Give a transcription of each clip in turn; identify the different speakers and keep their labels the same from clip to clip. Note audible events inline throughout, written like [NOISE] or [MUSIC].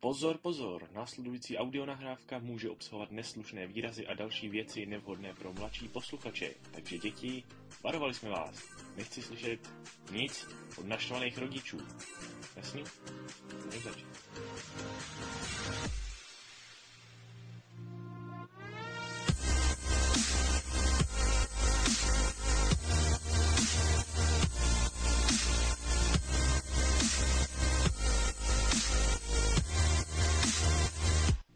Speaker 1: Pozor, pozor, následující audionahrávka může obsahovat neslušné výrazy a další věci nevhodné pro mladší posluchače. Takže děti, varovali jsme vás. Nechci slyšet nic od naštvaných rodičů. Jasný? Můžeme začít.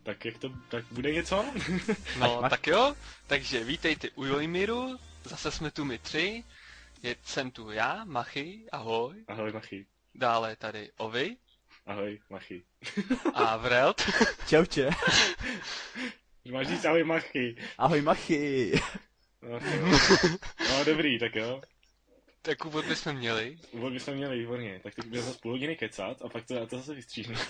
Speaker 1: Tak jak to, tak bude něco? [LAUGHS]
Speaker 2: No, tak jo, takže vítejte u Jojmiru, zase jsme tu my tři, je, jsem tu já, Machy, ahoj,
Speaker 1: Ahoj Machy,
Speaker 2: dále tady Ovi
Speaker 1: ahoj Machy.
Speaker 2: a Vrelt,
Speaker 3: Čauče.
Speaker 1: Máš říct ahoj Machy.
Speaker 3: Ahoj Machy.
Speaker 1: No,
Speaker 2: [LAUGHS]
Speaker 1: no dobrý, tak jo.
Speaker 2: [LAUGHS] tak úvod bychom měli,
Speaker 1: Úvod bychom měli výborně, tak teď budeme zase půl hodiny kecat a pak to, a to zase
Speaker 2: [LAUGHS]
Speaker 1: vystříhneme.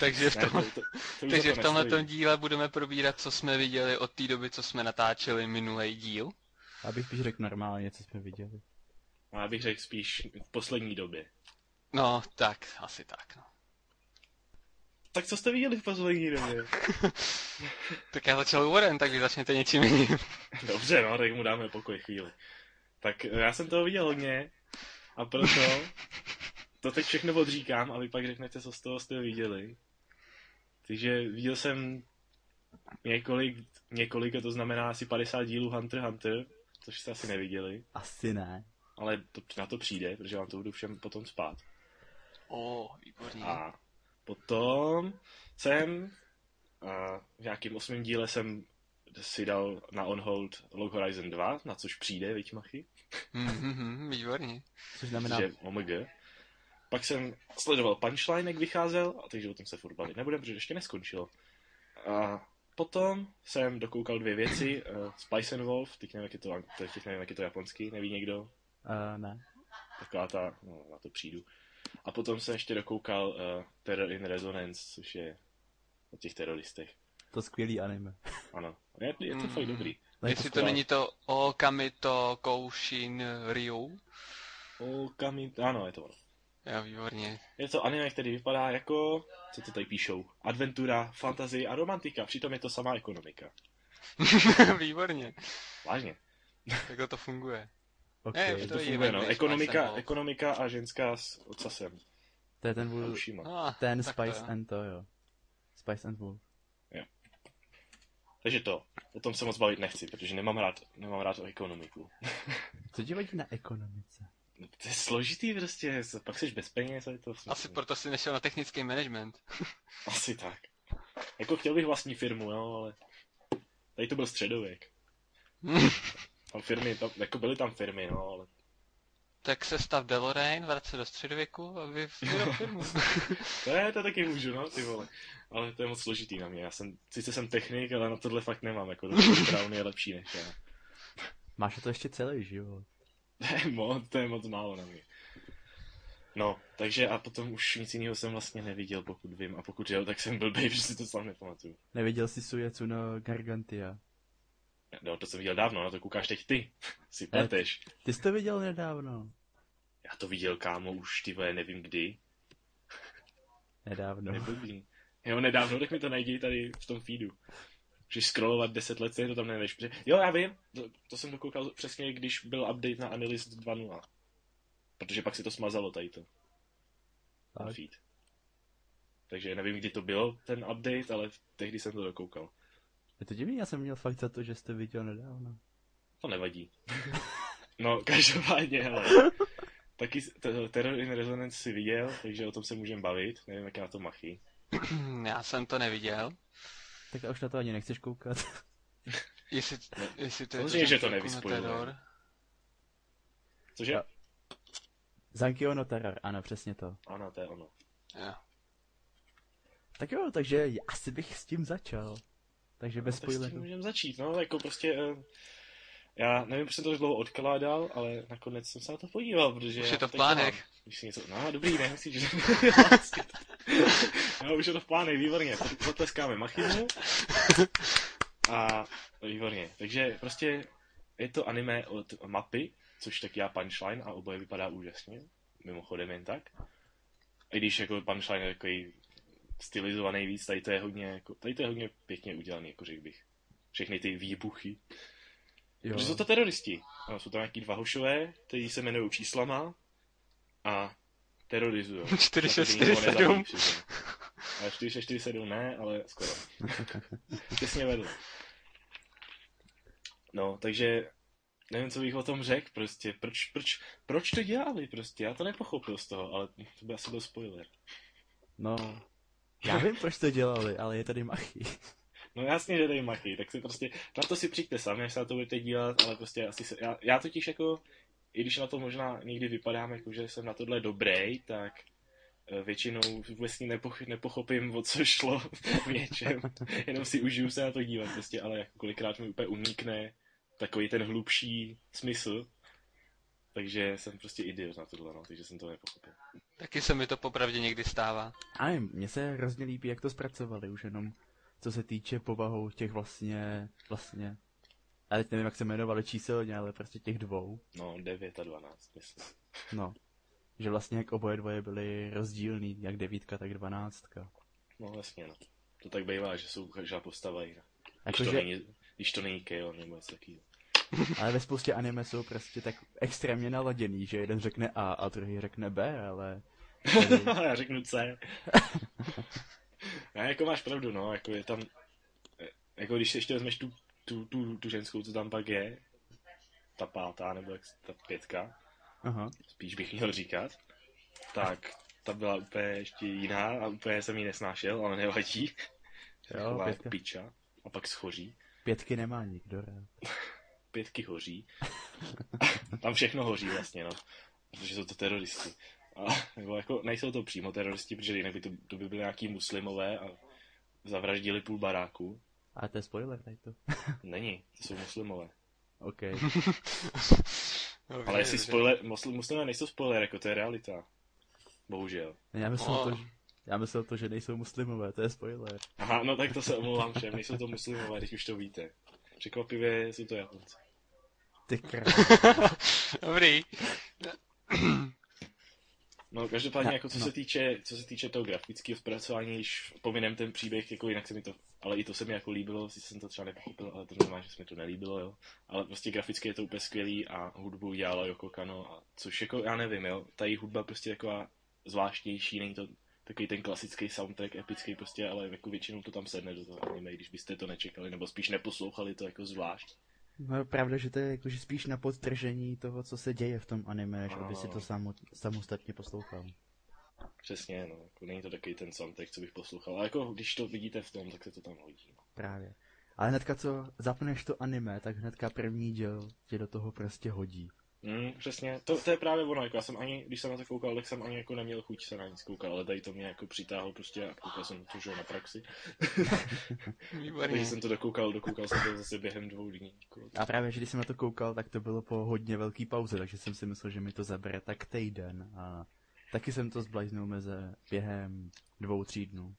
Speaker 2: takže v,
Speaker 1: Ne,
Speaker 2: tom,
Speaker 1: to, to už za
Speaker 2: takže
Speaker 1: to
Speaker 2: v tomhle
Speaker 1: nestojí.
Speaker 2: díle budeme probírat, co jsme viděli od té doby, co jsme natáčeli minulý díl.
Speaker 3: Já bych spíš řekl normálně, co jsme viděli.
Speaker 1: No, Já bych řekl spíš v poslední době.
Speaker 2: No, tak, asi tak, no.
Speaker 1: Tak co jste viděli v poslední době?
Speaker 2: Tak já začal úvodem, tak vy začněte něčím jiným.
Speaker 1: [LAUGHS] Dobře, no, tak mu dáme pokoj chvíli. Tak eh, já jsem toho viděl hodně a [LAUGHS] proto to teď všechno odříkám a vy pak řeknete, co z toho jste viděli. Takže viděl jsem několik, několik a to znamená asi 50 dílů Hunter x Hunter, což jste asi neviděli,
Speaker 3: Asi ne.
Speaker 1: ale to, na to přijde, protože vám to budu všem potom spát.
Speaker 2: O, výborný.
Speaker 1: A potom jsem a v nějakém osmém díle jsem si dal na on hold Log Horizon 2, na což přijde, viď Machy,
Speaker 2: Mhm, výborný.
Speaker 3: Což znamená,
Speaker 1: že OMG. Pak jsem sledoval Punchline, jak vycházel, a takže o tom se furt bavit nebudem, protože ještě neskončilo. A potom jsem dokoukal dvě věci, uh, Spice and Wolf, teď nevím, jak je to, ang- teď nevím, jak je to japonsky, neví někdo,
Speaker 3: uh, ne.
Speaker 1: taková ta, no, na to přijdu. A potom jsem ještě dokoukal uh, Terror in Resonance, což je o těch teroristech.
Speaker 3: To skvělý anime.
Speaker 1: Ano, je, je to
Speaker 2: Mm.
Speaker 1: fakt dobrý.
Speaker 3: No, je to
Speaker 2: Jestli to
Speaker 1: skvělé.
Speaker 2: není to Okamito Koushin Ryu.
Speaker 1: O, kami... Ano, je to ono.
Speaker 2: Jo, výborně.
Speaker 1: Je to anime, který vypadá jako, co to tady píšou, adventura, fantazie a romantika, přitom je to samá ekonomika.
Speaker 2: [LAUGHS] výborně.
Speaker 1: Vážně,
Speaker 2: Takhle to funguje.
Speaker 3: Okay.
Speaker 2: Ne,
Speaker 1: to,
Speaker 3: to...
Speaker 1: to
Speaker 2: je
Speaker 1: funguje, no.
Speaker 2: jiný než Spice
Speaker 1: Ekonomika,
Speaker 2: and
Speaker 1: ekonomika a ženská s ocasem
Speaker 3: to je ten,
Speaker 1: a
Speaker 3: vůl,
Speaker 1: ušima.
Speaker 2: Ah,
Speaker 3: ten
Speaker 2: tak to
Speaker 3: Spice
Speaker 2: jo.
Speaker 3: and to, jo. Spice and Wolf.
Speaker 1: Takže to, o tom se moc bavit nechci, protože nemám rád, nemám rád o ekonomiku.
Speaker 3: Co ti vadí na ekonomice?
Speaker 1: To je složitý prostě, pak jsi bez peněz a je to prostě- smutný.
Speaker 2: Asi proto si nešel na technický management. [LAUGHS]
Speaker 1: Asi tak. Jako chtěl bych vlastní firmu, jo, ale tady to byl středověk. Tam firmy, tam, jako byly tam firmy, no, ale
Speaker 2: tak se stav DeLorean, vrát se do středověku a vy vyrok firmu. [LAUGHS]
Speaker 1: To je, to taky můžu, no, ty vole. Ale to je moc složitý na mě. Já jsem, sice jsem technik, ale na tohle fakt nemám. Jako Dr. Brown je lepší než já. [LAUGHS]
Speaker 3: Máš na to ještě celý život.
Speaker 1: To je moc, to je moc málo na mě. No, takže a potom už nic jiného jsem vlastně neviděl, pokud vím. A pokud jo, tak jsem blbej, [LAUGHS] že si to sám nepamatuju.
Speaker 3: Neviděl jsi Sujecu na Gargantia.
Speaker 1: No, to jsem viděl dávno, na to koukáš teď ty. [LAUGHS] Si pleteš.
Speaker 3: Ty jsi to viděl nedávno.
Speaker 1: Já to viděl, kámo, už ty vole, nevím kdy.
Speaker 3: Nedávno.
Speaker 1: Neblbý. Jo, nedávno, tak mi to najdi tady v tom feedu. Můžeš scrollovat 10 let, stejně to tam nejdeš. protože- Jo, já vím, to, to jsem dokoukal přesně, když byl update na Analyst 2.0. Protože pak si to smazalo tady to, ten
Speaker 3: Tak.
Speaker 1: feed. Takže nevím, kdy to bylo, ten update, ale tehdy jsem to dokoukal.
Speaker 3: Je to divný, já jsem měl fakt za to, že jsi to viděl nedávno.
Speaker 1: To nevadí. No, každopádně, hele. Taky s- t- Terror in Resonance si viděl, takže o tom se můžeme bavit. Nevím, jak je na to machy.
Speaker 2: Já jsem to neviděl.
Speaker 3: Tak já už na to ani nechceš koukat. [LAUGHS]
Speaker 2: Jestli,
Speaker 1: No,
Speaker 2: jestli to jako
Speaker 1: samozřejmě, že to
Speaker 2: ten
Speaker 1: nevyspojuje.
Speaker 2: Terror.
Speaker 1: Cože?
Speaker 3: Jo. Zankio no Terror, ano, přesně to.
Speaker 1: Ano, to je ono.
Speaker 2: Jo.
Speaker 3: Tak jo, takže já asi bych s tím začal. Takže bez
Speaker 1: No, tak s tím
Speaker 3: spoilerů.
Speaker 1: můžeme začít, no, jako prostě... eh, Já nevím, proč jsem to tak dlouho odkládal, ale nakonec jsem se na to podíval, protože...
Speaker 2: Už
Speaker 1: já
Speaker 2: je to v
Speaker 1: teď dělám.
Speaker 2: plánech.
Speaker 1: Když si něco... No, dobrý, nemusíš,
Speaker 2: [LAUGHS]
Speaker 1: že... no, už je to v plánech, výborně. Zatleskáme Machimu. A výborně. Takže prostě je to anime od mapy, což tak já punchline a oboje vypadá úžasně. Mimochodem jen tak. I když jako punchline je takový stylizovaný víc, tady to je hodně, jako, tady to je hodně pěkně udělaný, jako řekl bych. Všechny ty výbuchy.
Speaker 3: Jo.
Speaker 1: Protože jsou to teroristi. A jsou tam nějaký dva hošové, kteří se jmenují číslama a terorizují.
Speaker 2: 4, 6,
Speaker 1: Na který nikoho
Speaker 2: 4,
Speaker 1: nezabíjí
Speaker 2: 7.
Speaker 1: přitom. Ale 4, 6, 4, 7 ne, ale skoro. Těsně vedle. No, takže nevím, co bych o tom řekl, prostě, proč, proč, proč to dělali, prostě, já to nepochopil z toho, ale to by asi byl spoiler.
Speaker 3: No. Já vím, proč to dělali, ale je tady machy.
Speaker 1: No jasně, že dej machy, tak si prostě, na to si přijďte sami, až se na to budete dívat, ale prostě asi se, já, já totiž jako, i když na to možná někdy vypadám, jako že jsem na tohle dobrý, tak eh, většinou vůbec s ní nepoch, nepochopím, o co šlo v
Speaker 3: [LAUGHS]
Speaker 1: něčem, [LAUGHS] jenom si užiju se na to dívat prostě, ale jako kolikrát mi úplně unikne takový ten hlubší smysl, takže jsem prostě idiot na tohle, no, takže jsem to nepochopil.
Speaker 2: Taky se mi to popravdě
Speaker 1: [LAUGHS]
Speaker 2: někdy stává.
Speaker 3: A nevím, mně se hrozně líbí, jak to zpracovali už jenom, co se týče povahou těch vlastně, vlastně, já teď nevím, jak se jmenovali číselně, ale prostě těch dvou,
Speaker 1: No, 9 a 12, myslím.
Speaker 3: no. Že vlastně jak oboje dvoje byly rozdílný, jak devítka, tak dvanáctka.
Speaker 1: No, jasně, no. To tak bývá, že jsou no. každá postava jiná. Když, to
Speaker 3: Jakože,
Speaker 1: není, když to není Kaon nebo něco [LAUGHS]
Speaker 3: [LAUGHS]
Speaker 1: takového.
Speaker 3: ale ve spoustě anime jsou prostě tak extrémně naladěný, že jeden řekne A a druhý řekne B,
Speaker 1: [LAUGHS]
Speaker 3: ale...
Speaker 1: Já řeknu C. ne, jako máš pravdu, no, jako je tam, eh, jako když si ještě vezmeš tu, tu, tu, tu ženskou, co tam pak je, ta pátá nebo jak, se- ta pětka,
Speaker 3: Aha.
Speaker 1: spíš bych měl říkat, tak ta byla úplně ještě jiná a úplně jsem ji nesnášel, ale nevadí.
Speaker 3: Jo,
Speaker 1: Jo,
Speaker 3: pětka.
Speaker 1: jak piča a pak schoří.
Speaker 3: Pětky nemá nikdo, ne?
Speaker 1: pětky hoří. [LAUGHS] Tam všechno hoří vlastně, no. Protože jsou to teroristi. A, nebo jako, nejsou to přímo teroristi, protože jinak by to, to by byly nějaký muslimové a zavraždili půl baráku.
Speaker 3: A to je spoiler, tady to.
Speaker 1: Není, to jsou muslimové.
Speaker 3: OK.
Speaker 2: Dobře,
Speaker 1: Ale jestli
Speaker 2: dobře.
Speaker 1: spoiler, muslim, muslimové nejsou spoiler, jako to je realita. Bohužel.
Speaker 3: Já myslel,
Speaker 2: O.
Speaker 3: to, že, já myslel to, že nejsou muslimové, to je spoiler.
Speaker 1: Aha, no tak to se omlouvám všem, nejsou to muslimové, když už to víte. Překvapivě jsou to Japonci.
Speaker 3: Ty krá... [LAUGHS]
Speaker 2: Dobrý.
Speaker 1: No, každopádně,
Speaker 3: Ne,
Speaker 1: jako co,
Speaker 3: no.
Speaker 1: se týče, co se týče toho grafického zpracování, když pominem ten příběh, jako jinak se mi to, ale i to se mi jako líbilo, sice jsem to třeba nepochopil, ale to znamená, že se mi to nelíbilo, jo. Ale prostě graficky je to úplně skvělý a hudbu dělala Yoko Kano, a což jako, já nevím, jo, ta její hudba prostě taková zvláštnější, není to takový ten klasický soundtrack, epický prostě, ale jako většinou to tam sedne do toho anime, když byste to nečekali, nebo spíš neposlouchali to jako zvlášť.
Speaker 3: No je pravda, že to je jakože spíš na podtržení toho, co se děje v tom anime, než aby si to samo, samostatně poslouchal.
Speaker 1: Přesně, no, jako není to takový ten soundtrack, co bych poslouchal, ale jako když to vidíte v tom, tak se to tam hodí. No.
Speaker 3: Právě. Ale hnedka co zapneš to anime, tak hnedka první díl tě do toho prostě hodí.
Speaker 1: Mm, přesně, to, to, je právě ono, jako já jsem ani, když jsem na to koukal, tak jsem ani jako neměl chuť se na nic koukat, ale tady to mě jako přitáhlo prostě a koukal jsem to, že jo, na praxi.
Speaker 2: Výborný.
Speaker 1: Takže jsem to dokoukal, dokoukal jsem to zase během dvou dní. Jako,
Speaker 3: A právě, že když jsem na to koukal, tak to bylo po hodně velký pauze, takže jsem si myslel, že mi to zabere tak týden a taky jsem to zblajznul meze během dvou, tří dnů.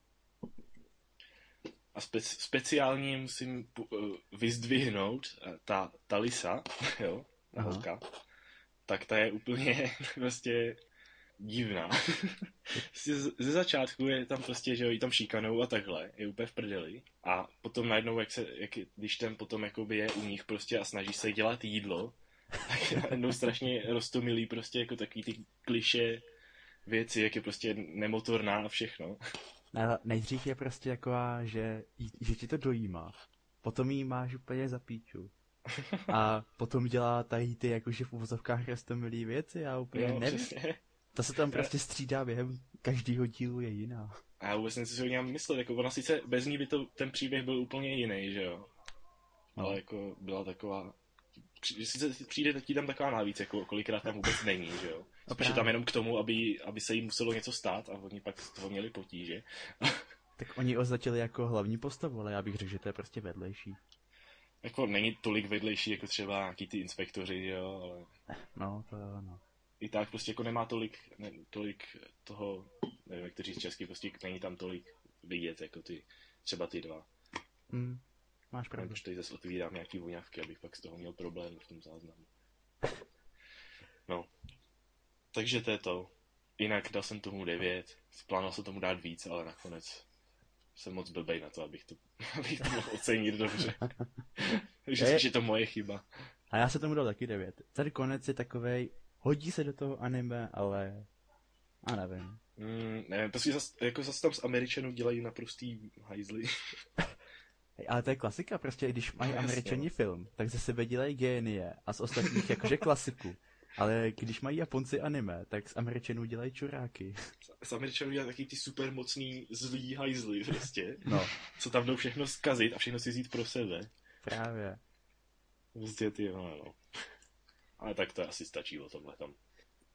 Speaker 1: A spe- speciálně musím pu- eh, vyzdvihnout eh, ta, ta lisa, [LAUGHS] jo, ta
Speaker 3: Aha.
Speaker 1: holka, tak ta je úplně [LAUGHS] prostě divná. [LAUGHS] Prostě z- Ze začátku je tam prostě, že jo, jí tam šíkanou a takhle, je úplně v prdeli. A potom najednou, jak se, jak, když ten potom jakoby je u nich prostě a snaží se dělat jídlo, [LAUGHS] tak je najednou strašně roztomilý prostě jako takový ty kliše věci, jak je prostě nemotorná a všechno.
Speaker 3: Ale nejdřív je prostě taková, že, jí- že ti to dojímá, potom jí máš úplně za píču. A potom dělá tady ty jakože v uvozovkách roztomilý věci a úplně
Speaker 1: No,
Speaker 3: no, nevím.
Speaker 1: přesně.
Speaker 3: To se tam prostě střídá během každého dílu je jiná.
Speaker 1: A já vůbec nevím, co si o něm myslel, jako ona sice bez ní by to, ten příběh byl úplně jiný, že jo.
Speaker 3: No.
Speaker 1: Ale jako byla taková, při- sice přijde ti tam taková navíc, jako kolikrát tam vůbec není, že jo.
Speaker 3: No
Speaker 1: Spíš je tam
Speaker 3: právě.
Speaker 1: jenom k tomu, aby, aby se jí muselo něco stát a oni pak z toho měli potíže.
Speaker 3: Tak oni označili jako hlavní postavu, ale já bych řekl, že to je prostě vedlejší.
Speaker 1: Jako není tolik vedlejší, jako třeba nějaký ty inspektoři, že jo, ale
Speaker 3: No, to jo, no.
Speaker 1: i tak prostě jako nemá tolik, ne, tolik toho, nevím, jak to říct česky, prostě není tam tolik vidět, jako ty, třeba ty dva.
Speaker 3: Hm, máš
Speaker 1: Nevím,
Speaker 3: pravdu.
Speaker 1: proč tady zase otvírám nějaký voňavky, abych pak z toho měl problém v tom záznamu. No. Takže to je to. Jinak dal jsem tomu 9. Plánoval jsem tomu dát víc, ale nakonec jsem moc blbej na to, abych to, [LAUGHS] abych to mohl ocenit [LAUGHS] dobře. Takže spíš je to moje chyba.
Speaker 3: A já se tomu dal taky 9. Ten konec je takovej, hodí se do toho anime, ale... A nevím.
Speaker 1: Mm, nevím, prostě zas, jako zase tam z Američanů dělají naprostý hajzly. [LAUGHS]
Speaker 3: Hej, Ale to je klasika, prostě když mají
Speaker 1: jasně,
Speaker 3: američani film, tak ze sebe dělají génie a z ostatních jakože klasiku. Ale když mají Japonci anime, tak z Američanů dělají čuráky.
Speaker 1: Z Američanů dělají taky ty supermocný zlý hajzly prostě,
Speaker 3: No,
Speaker 1: co tam jdou všechno zkazit a všechno si vzít pro sebe.
Speaker 3: právě.
Speaker 1: Prostě ty, no, no. Ale tak to asi stačilo tohle tam.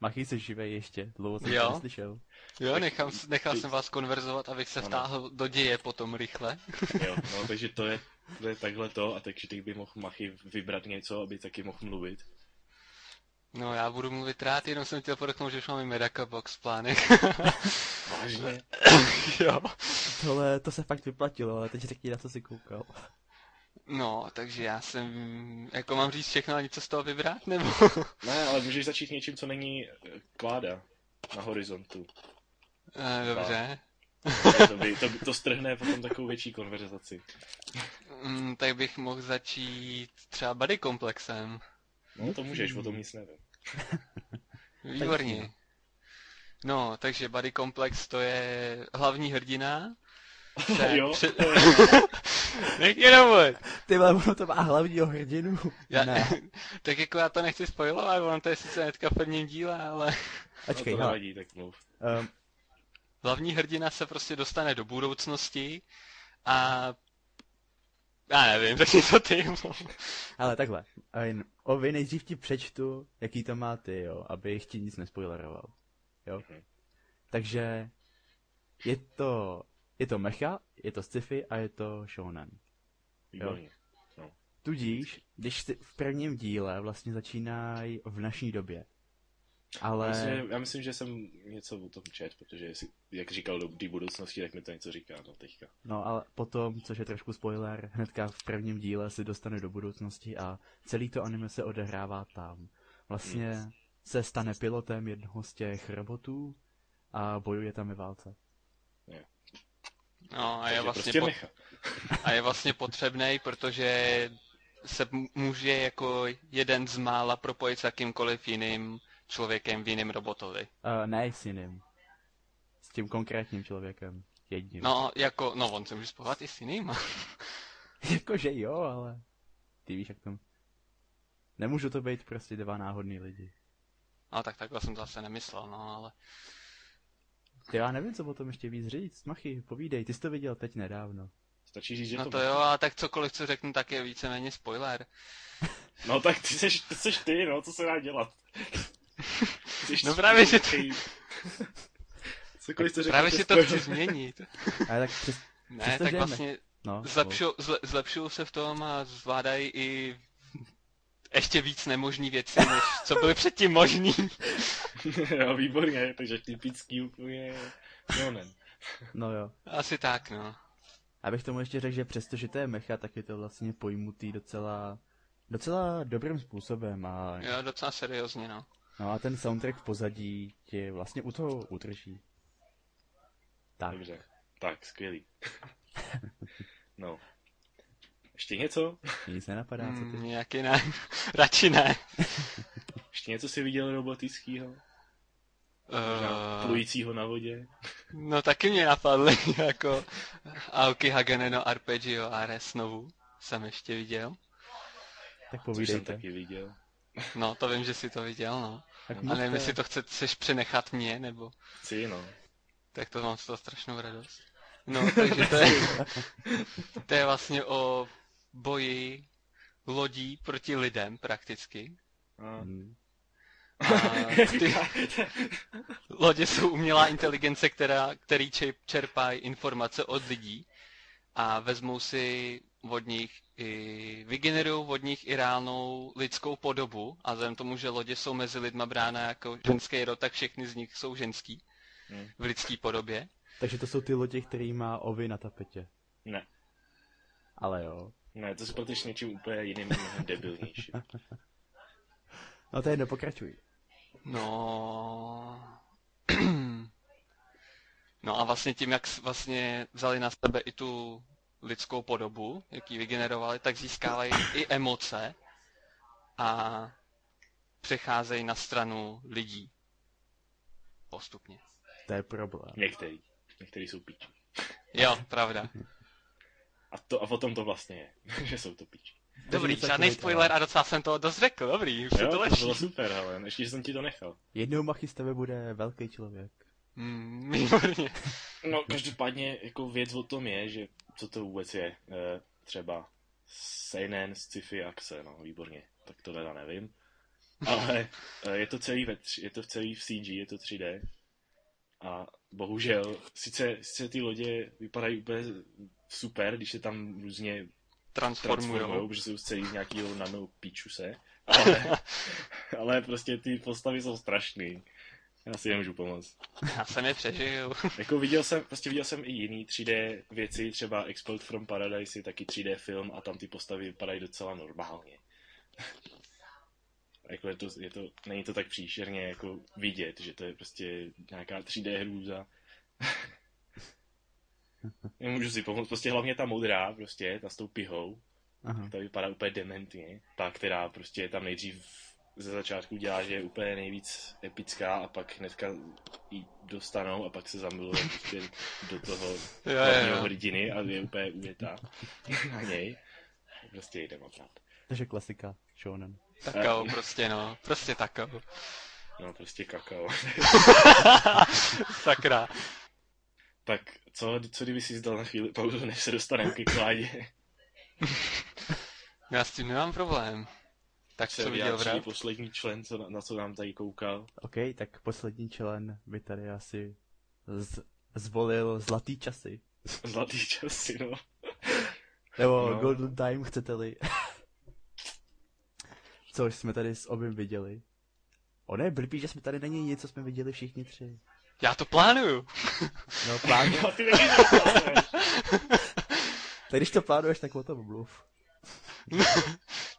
Speaker 3: Machy se živej ještě, dlouho jsem
Speaker 2: Jo.
Speaker 3: to neslyšel.
Speaker 2: Jo,
Speaker 1: Tak-
Speaker 2: nechám, s- nechal
Speaker 1: ty-
Speaker 2: jsem vás konverzovat, abych se
Speaker 1: Ano.
Speaker 2: vtáhl do děje potom rychle.
Speaker 1: Jo, no, takže to je, to je takhle to a takže teď by mohl Machy vybrat něco, aby taky mohl mluvit.
Speaker 2: No, já budu mluvit rád, jenom jsem chtěl podotknout, že už máme Medaka box v plánech. [LAUGHS]
Speaker 1: Vážně?
Speaker 2: jo.
Speaker 3: Tohle, to se fakt vyplatilo, ale teď řekni, na co jsi koukal.
Speaker 2: No, takže já jsem, jako mám říct všechno a něco z toho
Speaker 1: [LAUGHS]
Speaker 2: vybrat, nebo?
Speaker 1: Ne, ale můžeš začít něčím, co není eh, kláda na horizontu.
Speaker 2: Eh, Dobře.
Speaker 1: To, by, to, by- to strhne potom takovou větší konverzaci.
Speaker 2: Mm, tak bych mohl začít třeba body komplexem.
Speaker 1: No to můžeš, o tom nic nevím.
Speaker 2: Výborně.
Speaker 3: Pěkně.
Speaker 2: No, takže Buddy Complex to je
Speaker 1: [LAUGHS]
Speaker 2: hlavní hrdina. Se
Speaker 1: Jo.
Speaker 2: Před... [LAUGHS]
Speaker 3: [LAUGHS]
Speaker 2: Nech mě domluvit.
Speaker 3: Ty vole, ono to má hlavního hrdinu.
Speaker 2: Já...
Speaker 3: Ne,
Speaker 2: [LAUGHS] tak jako já to nechci spojovat, ono to je sice hnedka v prvním díle, ale [LAUGHS]
Speaker 3: ačkej,
Speaker 1: no, to
Speaker 3: hele.
Speaker 1: nevadí, tak mluv.
Speaker 3: Um,
Speaker 2: hlavní hrdina se prostě dostane do budoucnosti a já nevím, [LAUGHS] řekni to ty. no.
Speaker 1: [LAUGHS]
Speaker 3: ale takhle, a jen, ovi nejdřív ti přečtu, jaký to má ty, jo, abych ti nic nespoileroval. Jo?
Speaker 1: Mhm.
Speaker 3: Takže je to, je to mecha, je to sci-fi a je to shonen.
Speaker 1: Výborně.
Speaker 3: Tudíž, když si v prvním díle vlastně začínají v naší době. Ale...
Speaker 1: Já myslím, že- já myslím, že jsem něco o tom čet, protože jestli, jak říkal do té budoucnosti, tak mi to něco říká no, teďka.
Speaker 3: No ale potom, což je trošku spoiler, hnedka v prvním díle se dostane do budoucnosti a celý to anime se odehrává tam. Vlastně se stane pilotem jednoho z těch robotů a bojuje tam ve válce.
Speaker 2: No a je
Speaker 1: Takže
Speaker 2: vlastně
Speaker 1: prostě
Speaker 2: po...
Speaker 1: mecha.
Speaker 2: a je vlastně potřebný, protože se m- může jako jeden z mála propojit s jakýmkoliv jiným člověkem v jiným robotovi.
Speaker 3: Uh, ne s jiným. S tím konkrétním člověkem. Jedním.
Speaker 2: No, jako, no on se může spojovat i s jinýma.
Speaker 3: [LAUGHS] Jakože jo, ale... Ty víš, jak tam... Nemůžu to být prostě dva náhodný lidi.
Speaker 2: A No, tak takhle jsem to zase nemyslel, no ale...
Speaker 3: Ty já nevím, co o tom ještě víc říct. Machy, povídej, ty jsi to viděl teď nedávno.
Speaker 1: Stačí říct, že
Speaker 2: No
Speaker 1: to
Speaker 2: to jo, a tak cokoliv, co řeknu, tak je víceméně spoiler.
Speaker 1: No tak ty seš, ty seš ty, no, co se dá dělat? Ty jsi-
Speaker 2: No právě, že to-
Speaker 1: Cokoliv, co řekneš,
Speaker 2: Právě si to
Speaker 1: spoiler.
Speaker 2: chci změnit.
Speaker 3: Ale tak přes...
Speaker 2: Ne,
Speaker 3: Přesto,
Speaker 2: tak
Speaker 3: že je
Speaker 2: vlastně
Speaker 3: No,
Speaker 2: zlepšují zle, zlepšujou se v tom a zvládají i ještě víc nemožný věci, než co byly předtím možný.
Speaker 1: [LAUGHS]
Speaker 2: [LAUGHS]
Speaker 1: jo, výborně, takže typický úplně Jonen.
Speaker 3: no jo.
Speaker 2: Asi tak, no.
Speaker 3: Abych tomu ještě řekl, že přesto, že to je mecha, tak je to vlastně pojmutý docela, docela dobrým způsobem. A,
Speaker 2: Jo, docela seriózně, no.
Speaker 3: no a ten soundtrack v pozadí tě vlastně u toho utrží. Tak,
Speaker 1: Dobře, tak, skvělý. No. Ještě něco?
Speaker 3: mě nic nenapadá, co
Speaker 2: Hmm,
Speaker 3: ty.
Speaker 2: nějaký ne. [LAUGHS] Radši ne.
Speaker 1: Ještě něco si viděl robotického?
Speaker 2: Eh,
Speaker 1: Plujícího na vodě?
Speaker 2: No taky mě napadly [LAUGHS] jako Aoki Haganeno Arpeggio Ares znovu jsem ještě viděl.
Speaker 3: Tak
Speaker 1: Což jsem
Speaker 3: povídejte.
Speaker 1: taky viděl.
Speaker 2: No to vím, že jsi to viděl, no.
Speaker 3: Tak
Speaker 2: A nevím,
Speaker 3: mluvte.
Speaker 2: jestli to chce, chceš přenechat mě, nebo...
Speaker 1: Chci, no.
Speaker 2: Tak to mám z toho strašnou radost. [LAUGHS] No, takže to je, to je vlastně o boji lodí proti lidem prakticky.
Speaker 1: A...
Speaker 3: Hm.
Speaker 2: A [LAUGHS] ty lodě jsou umělá inteligence, která, který čer- čerpají informace od lidí a vezmou si od nich i, vygenerují od nich i reálnou lidskou podobu a vzhledem tomu, že lodě jsou mezi lidma brána jako ženský rod, tak všechny z nich jsou ženský
Speaker 1: Hmm.
Speaker 2: v lidské podobě.
Speaker 3: Takže to jsou ty lodě, který má ovy na tapetě.
Speaker 1: Ne,
Speaker 3: Ale jo.
Speaker 1: [LAUGHS] ne, to spleteš s něčím úplně jiným, mnohem debilnější.
Speaker 3: No to je jedno, pokračuj.
Speaker 2: No... [CLEARS THROAT] No a vlastně tím, jak s- vlastně vzali na sebe i tu lidskou podobu, jak ji vygenerovali, tak získávají i emoce a přecházejí na stranu lidí. Postupně.
Speaker 3: To je problém.
Speaker 1: Některý. Některý jsou píči.
Speaker 2: Jo,
Speaker 1: [LAUGHS]
Speaker 2: pravda.
Speaker 1: A, to, a o tom to vlastně je, [LAUGHS] že jsou to píči.
Speaker 2: Dobrý,
Speaker 3: něco
Speaker 2: žádný
Speaker 3: takový to,
Speaker 2: spoiler a docela jsem toho dost řekl, dobrý, už se
Speaker 1: Jo,
Speaker 2: to
Speaker 1: to,
Speaker 2: leží.
Speaker 1: bylo super, ale ještě že jsem ti to nechal.
Speaker 3: Jednou machy z tebe bude velký člověk.
Speaker 2: Mm, výborně.
Speaker 1: No, každopádně jako věc o tom je, že co to vůbec je. E, třeba seinen, sci-fi, akce, no výborně, tak to teda nevím. Ale e, je to celý ve, tři- je to v celý v CG, je to 3D. A bohužel, sice, sice ty lodě vypadají úplně super, když se tam různě
Speaker 2: Transformujou.
Speaker 1: transformují, protože jsou celý z nějakého nano se, ale, ale prostě ty postavy jsou strašný. Já si nemůžu pomoct.
Speaker 2: Já jsem je přežil.
Speaker 1: Jako viděl jsem, prostě viděl jsem i jiný 3D věci, třeba Expelled from Paradise je taky 3D film a tam ty postavy vypadají docela normálně. [LAUGHS] jako je to, je to, není to tak příšerně jako vidět, že to je prostě nějaká 3D hrůza. [LAUGHS] Nemůžu si pomoct, prostě hlavně ta modrá, prostě, ta s tou pihou,
Speaker 3: Aha.
Speaker 1: ta vypadá úplně dementně. Ta, která prostě tam nejdřív ze začátku dělá, že je úplně nejvíc epická a pak hnedka ji dostanou a pak se zamiluje prostě do toho
Speaker 2: Jo,
Speaker 1: hlavního
Speaker 2: jo, jo.
Speaker 1: hrdiny a je úplně ujetá na něj. Prostě jde opravdu.
Speaker 3: Takže klasika, shonen.
Speaker 2: Takao, prostě no, prostě takao.
Speaker 1: No prostě kakao.
Speaker 2: [LAUGHS] Sakra.
Speaker 1: Tak co, co kdyby si zdal na chvíli pauzu, než se dostaneme ke kládě?
Speaker 2: Já s tím nemám problém. Tak
Speaker 1: Se
Speaker 2: [LAUGHS] co viděl
Speaker 1: vyjádří
Speaker 2: vrát?
Speaker 1: poslední člen, co, na, na co nám tady koukal.
Speaker 3: OK, tak poslední člen by tady asi z- zvolil zlatý časy.
Speaker 1: Zlatý časy, no.
Speaker 3: Nebo
Speaker 1: No.
Speaker 3: Golden Time, chcete-li. [LAUGHS] Což jsme tady s objem viděli. Ono je blbý, že jsme tady není nic, co jsme viděli všichni tři.
Speaker 2: Já to plánuju.
Speaker 3: No, plán...
Speaker 1: [LAUGHS] no ty taky to plánuješ.
Speaker 3: tak když to plánuješ, tak o tom mluv.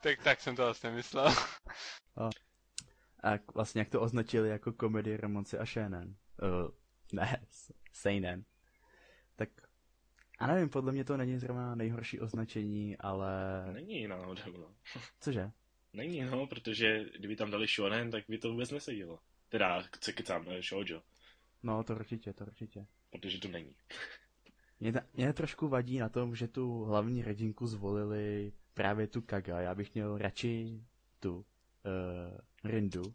Speaker 2: tak, tak jsem to vlastně myslel. [LAUGHS]
Speaker 3: A k- vlastně jak to označili jako komedii Ramonci a Shannon. Uh, ne, [LAUGHS] s- Seinen. Tak, a nevím, podle mě to není zrovna nejhorší označení, ale...
Speaker 1: Není náhodou, no.
Speaker 3: Cože?
Speaker 1: Není, no, protože kdyby tam dali shonen, tak by to vůbec nesedělo. Teda, co kecám, eh, shoujo,
Speaker 3: No, to určitě, to určitě.
Speaker 1: protože to není.
Speaker 3: Mě, ta, mě trošku vadí na tom, že tu hlavní hrdinku zvolili právě tu Kaga. Já bych měl radši tu uh, Rindu.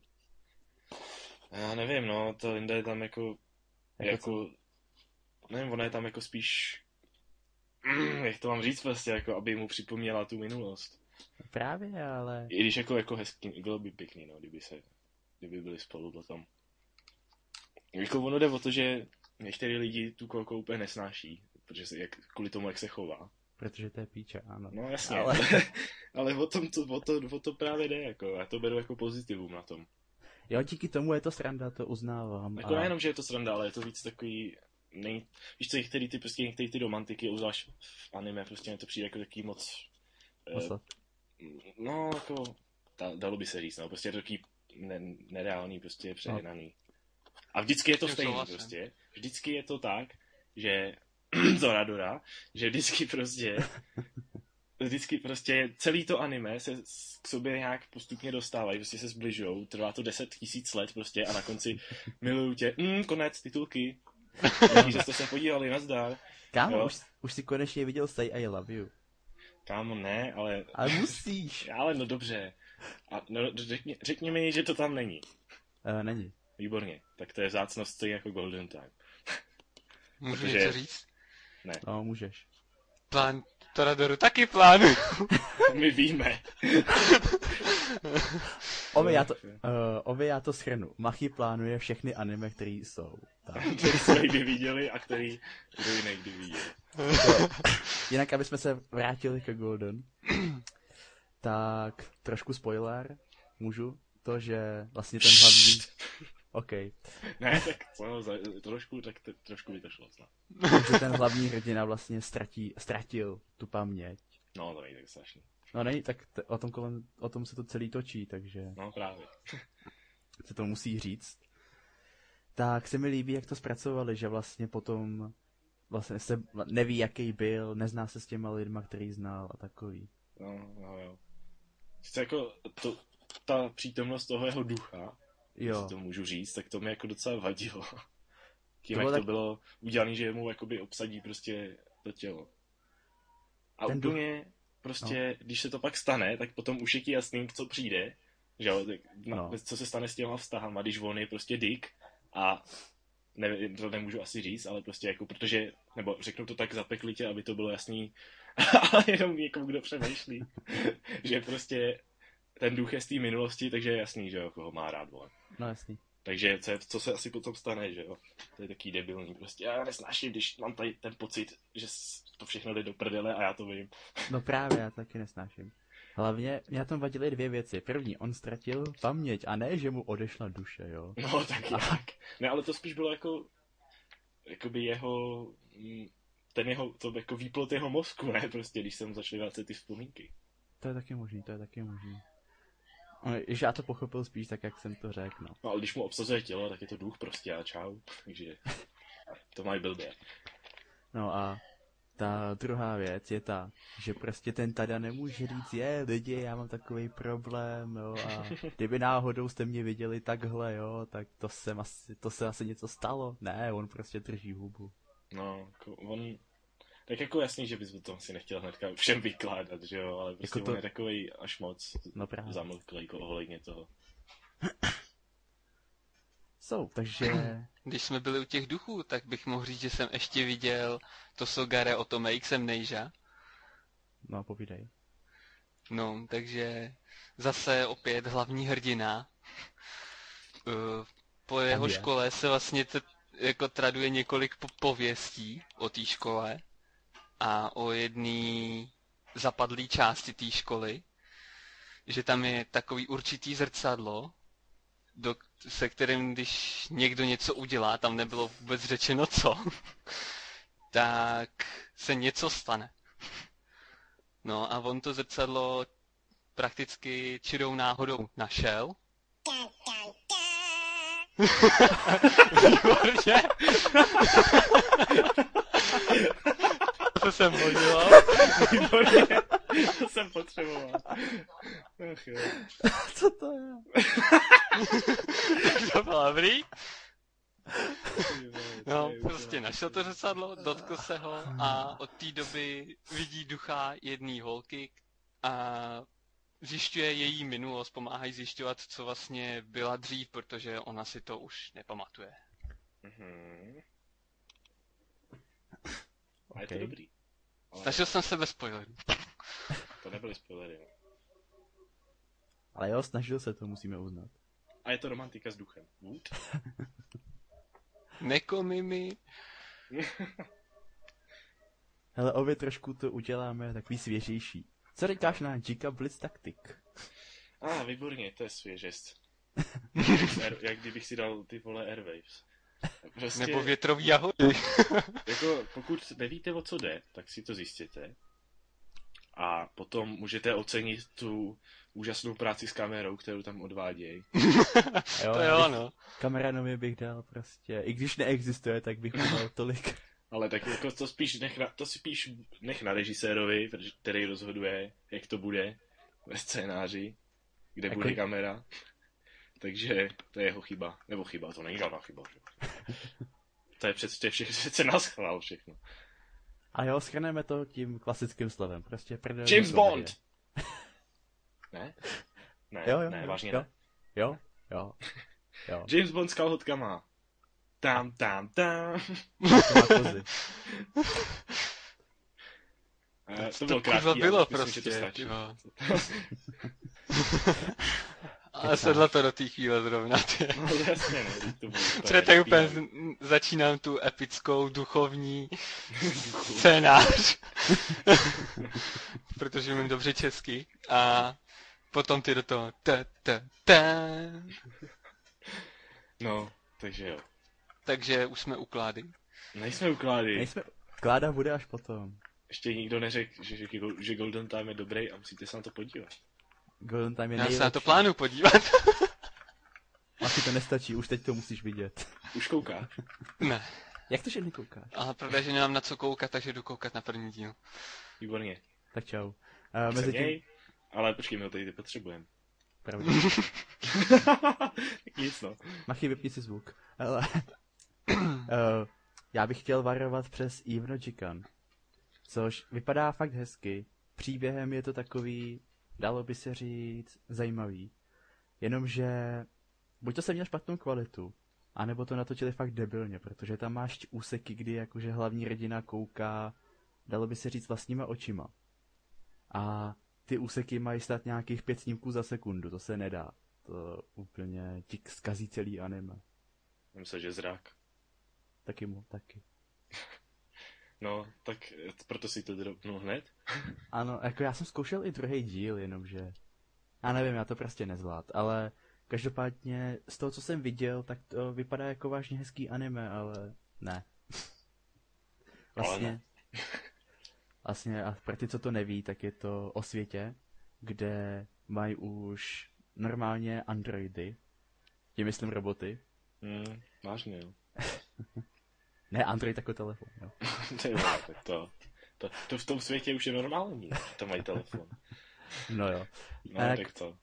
Speaker 1: Já nevím, no, ta Linda je tam jako,
Speaker 3: Jako
Speaker 1: jako, jako nevím, ona je tam jako spíš, Mm, jak to mám říct prostě, jako, aby mu připomněla tu minulost.
Speaker 3: Právě, ale...
Speaker 1: I když jako, jako hezky, bylo by pěkný, no, kdyby se, kdyby byli spolu potom. Jako ono jde o to, že některý lidi tu kolkou úplně nesnáší, protože se, jak, kvůli tomu, jak se chová.
Speaker 3: Protože to je píča, ano.
Speaker 1: No jasně,
Speaker 3: Ale-
Speaker 1: ale, [LAUGHS] ale o, tom to, o, to, o to právě jde, jako, já to beru jako pozitivum na tom.
Speaker 3: Jo, díky tomu je to sranda, to uznávám.
Speaker 1: Jako
Speaker 3: a...
Speaker 1: nejenom, že je to sranda, ale je to víc takový, nej... víš co, některý ty, prostě některý ty romantiky, obzvlášť v anime, prostě mi to přijde jako takový moc, eh,
Speaker 3: Poslat.
Speaker 1: no jako, ta, dalo by se říct, no, prostě je to takový ne, nereálný, prostě přehnaný. A vždycky je to
Speaker 2: S tím
Speaker 1: stejný,
Speaker 2: souhlasím.
Speaker 1: prostě, vždycky je to tak, že [CLEARS THROAT] Zora Dora, že vždycky prostě vždycky prostě celý to anime se s- k sobě nějak postupně dostávají, prostě se zbližují, trvá to 10 tisíc let prostě a na konci miluju tě, mm, konec, titulky, díky, že jste se podívali, nazdar.
Speaker 3: Kámo,
Speaker 1: jo.
Speaker 3: už, už si konečně viděl Say I love you.
Speaker 1: Kámo, ne, ale,
Speaker 3: Ale
Speaker 1: [LAUGHS]
Speaker 3: musíš.
Speaker 1: ale no dobře, a, no, řekni, řekni, mi, že to tam není.
Speaker 3: uh, není.
Speaker 1: Výborně, tak to je vzácnost stejně jako Golden
Speaker 3: [LAUGHS]
Speaker 1: Time.
Speaker 2: Můžu
Speaker 1: Protože-
Speaker 2: něco říct?
Speaker 3: No, můžeš.
Speaker 2: Plán Toradoru taky plánuju. [LAUGHS]
Speaker 1: My víme.
Speaker 3: Ovi, já to, uh, ovi, já to schrnu. Machy plánuje všechny anime, které jsou. Tak.
Speaker 1: který jsme někdy viděli a který kdo ji někdy viděl.
Speaker 3: Jinak, aby jsme se vrátili ke Golden, tak trošku spoiler, můžu? To, že vlastně ten hlavní... OK.
Speaker 1: Ne, tak co, za, trošku, tak t- trošku by to šlo snad.
Speaker 3: Že ten hlavní hrdina vlastně ztratí, ztratil tu paměť.
Speaker 1: No, to není tak strašný.
Speaker 3: No ne, tak t- o, tom kolem, o tom se to celý točí, takže
Speaker 1: No právě.
Speaker 3: se to musí říct. tak se mi líbí, jak to zpracovali, že vlastně potom vlastně se neví, jaký byl, nezná se s těma lidma, který znal a takový.
Speaker 1: No, no jo. Sice jako to, ta přítomnost toho jeho ducha,
Speaker 3: Jo,
Speaker 1: jestli to můžu říct, tak to mi jako docela vadilo. [LAUGHS] Tím, to jak
Speaker 3: To bylo
Speaker 1: tak... to
Speaker 3: tak-
Speaker 1: bylo udělané, že mu jakoby obsadí prostě to tělo. A Ten
Speaker 3: Ten duch-
Speaker 1: úplně prostě, no. když se to pak stane, tak potom už je ti jasný, co přijde, že jo, tak na,
Speaker 3: No.
Speaker 1: no. co se stane s těma vztahama, když on je prostě dick a nevím, to nemůžu asi říct, ale prostě jako, protože, nebo řeknu to tak zapeklitě, aby to bylo jasný, [LAUGHS] ale jenom někomu, kdo přemýšlí, [LAUGHS] že prostě ten duch je z té minulosti, takže je jasný, že jo, koho má rád, vole.
Speaker 3: no jasný.
Speaker 1: Takže co, je, co se asi potom stane, že jo? To je taký debilní prostě. Já nesnáším, když mám tady ten pocit, že s- to všechno jde do prdele a já to vím. [LAUGHS]
Speaker 3: No právě, já taky nesnáším. Hlavně mě na tom vadily dvě věci. První, on ztratil paměť a ne, že mu odešla duše, jo.
Speaker 1: No, tak jak. Ne, ale to spíš bylo jako, jakoby jeho, mm, ten jeho, to jako výplot jeho mozku, ne? Prostě, když jsem začal vracet ty vzpomínky.
Speaker 3: To je taky možný, to je taky možný. Ale Že já to pochopil spíš tak, jak jsem to řekl, no.
Speaker 1: No, ale když mu obsazuje tělo, tak je to duch prostě a čau. Takže to mají blbě.
Speaker 3: No a ta druhá věc je ta, že prostě ten Tada nemůže říct, je, lidi, já mám takový problém, jo, a kdyby náhodou jste mě viděli takhle, jo, tak to, jsem asi, to se asi něco stalo. Ne, on prostě drží hubu.
Speaker 1: No, jako on... Tak jako jasný, že bys o tom si nechtěl hnedka všem vykládat, že jo, ale prostě jako
Speaker 3: Jako to-
Speaker 1: to... on je takovej až moc
Speaker 3: No právě.
Speaker 1: zamlklý jako ohledně toho.
Speaker 3: Jsou, takže...
Speaker 2: Když jsme byli u těch duchů, tak bych mohl říct, že jsem ještě viděl to Sogare o tom jsem Nejža.
Speaker 3: No, povídej. [LAUGHS]
Speaker 2: No, takže zase opět hlavní hrdina. Eh, Po jeho
Speaker 3: je.
Speaker 2: škole se vlastně t- jako traduje několik po- pověstí o té škole a o jedné zapadlé části té školy, že tam je takový určitý zrcadlo, do, se kterým když někdo něco udělá, tam nebylo vůbec řečeno co, [LAUGHS] tak se něco stane. No a on to zrcadlo prakticky čirou náhodou našel. Výborně. [LAUGHS] to jsem hodil.
Speaker 1: Výborně, to jsem potřeboval. Ach jo.
Speaker 3: Co to je?
Speaker 2: to bylo dobrý.
Speaker 1: ty vole, to
Speaker 2: No,
Speaker 1: je úplně-
Speaker 2: prostě našel to řecadlo, dotkl se ho a od té doby vidí ducha jedné holky a zjišťuje její minulost, pomáhají zjišťovat, co vlastně byla dřív, protože ona si to už nepamatuje.
Speaker 1: Mhm. A je to
Speaker 3: Okej.
Speaker 1: dobrý. Ale
Speaker 2: Snažil jsem se bez spoilerů.
Speaker 1: to nebyly spoilery. no.
Speaker 3: Ale jo, snažil se to, musíme uznat.
Speaker 1: A je to romantika s duchem. Wood?
Speaker 2: Nekomimi.
Speaker 3: Hele, ově trošku to uděláme takový svěžejší. Co říkáš na Jika Blitz Tactic?
Speaker 1: A, ah, výborně, to je
Speaker 2: [LAUGHS]
Speaker 1: svěžest. Jak- jak kdybych si dal ty vole Airwaves. Prostě...
Speaker 2: Nebo větrový jahody.
Speaker 1: Jako, pokud nevíte, o co jde, tak si to zjistěte. A potom můžete ocenit tu úžasnou práci s kamerou, kterou tam odvádějí.
Speaker 3: Jo,
Speaker 2: to
Speaker 3: já
Speaker 2: jo,
Speaker 3: bych-
Speaker 2: no.
Speaker 3: Kameranovi bych dal prostě, i když neexistuje, tak bych mu dal tolik.
Speaker 1: Ale tak jako to spíš nech na, to spíš nech na režisérovi, protože- který rozhoduje, jak to bude ve scénáři, kde
Speaker 3: Jako-
Speaker 1: jako... bude kamera. Takže to je jeho chyba. Nebo chyba, to není žádná chyba. Že? jo. To je přece všechno, přece nás chvál všechno.
Speaker 3: A jo, schrneme to tím klasickým slovem, prostě prdel.
Speaker 1: James
Speaker 3: komedie.
Speaker 1: Bond! Ne? Ne,
Speaker 3: Jo, jo,
Speaker 1: ne,
Speaker 3: jo,
Speaker 1: vážně
Speaker 3: jo,
Speaker 1: ne.
Speaker 3: jo, jo,
Speaker 1: [LAUGHS]
Speaker 3: jo,
Speaker 1: James Bond s kalhotkama. Tam, tam, tam.
Speaker 3: to má kozy.
Speaker 1: Eh, to
Speaker 2: To
Speaker 1: bylo
Speaker 2: kurva
Speaker 1: krátký,
Speaker 2: bylo
Speaker 1: ale myslím, že to
Speaker 2: prostě.
Speaker 1: stačí.
Speaker 2: ty vole. Ale sedla to do té chvíle zrovna.
Speaker 1: [LAUGHS]
Speaker 2: Ty.
Speaker 3: [LAUGHS]
Speaker 1: No jasně, no, teď to bylo
Speaker 2: Třeba
Speaker 1: úplně
Speaker 2: tak úplně
Speaker 1: skvělý.
Speaker 3: no.
Speaker 2: z- začínám tu epickou duchovní
Speaker 3: [LAUGHS]
Speaker 2: scénář, protože umím dobře česky a potom ty do toho ta, ta, ta.
Speaker 1: No, takže jo.
Speaker 2: Takže už jsme uklády.
Speaker 1: Nejsme uklády.
Speaker 3: Nejsme, Kláda bude až potom.
Speaker 1: Ještě nikdo neřekl, že, že, že Golden Time je dobrý a musíte se na to podívat.
Speaker 3: Golden Time je
Speaker 2: Já
Speaker 3: nejlepší.
Speaker 2: se na to plánu podívat.
Speaker 3: A asi to nestačí, už teď to musíš vidět.
Speaker 1: Už koukáš.
Speaker 2: Ne.
Speaker 3: Jak to, že nekoukáš?
Speaker 2: [LAUGHS] Ale protože nemám na co koukat, takže jdu koukat na první díl.
Speaker 1: Výborně.
Speaker 3: Tak čau. Uh,
Speaker 1: Se
Speaker 3: mezi tím...
Speaker 1: měj, ale počkej, my ho tady
Speaker 3: [LAUGHS]
Speaker 1: potřebujeme.
Speaker 3: Pravda.
Speaker 1: Nic no.
Speaker 3: Machy, vypni si zvuk. Ale... Eh, já bych chtěl varovat přes Evno Chicken, což vypadá fakt hezky. Příběhem je to takový, dalo by se říct, zajímavý. Jenomže buď to jsem měl špatnou kvalitu, anebo to natočili fakt debilně, protože tam máš úseky, kdy jakože hlavní rodina kouká, dalo by se říct, vlastníma očima. A ty úseky mají stát nějakých pět snímků za sekundu, to se nedá. To eh, úplně ti zkazí celý anime.
Speaker 1: Myslím, že zrak.
Speaker 3: Taky mu, taky.
Speaker 1: No, tak eh, proto si to dropnu hned.
Speaker 3: Ano, jako já jsem zkoušel i druhý díl, jenomže... Já nevím, já to prostě nezvlád, ale každopádně z toho, co jsem viděl, tak to vypadá jako vážně hezký anime, ale ne.
Speaker 1: Ale
Speaker 3: vlastně,
Speaker 1: ne.
Speaker 3: [LAUGHS] vlastně a pro ty, co to neví, tak je to o světě, kde mají už normálně androidy, tím myslím roboty,
Speaker 1: Hmm, vážně, jo. [LAUGHS]
Speaker 3: ne android jako telefon, jo.
Speaker 1: Ty vole, tak to, to, to, v tom světě už je normální, že to mají telefon.
Speaker 3: No jo.
Speaker 1: No,
Speaker 3: Tak.
Speaker 1: tak to.
Speaker 3: Uh,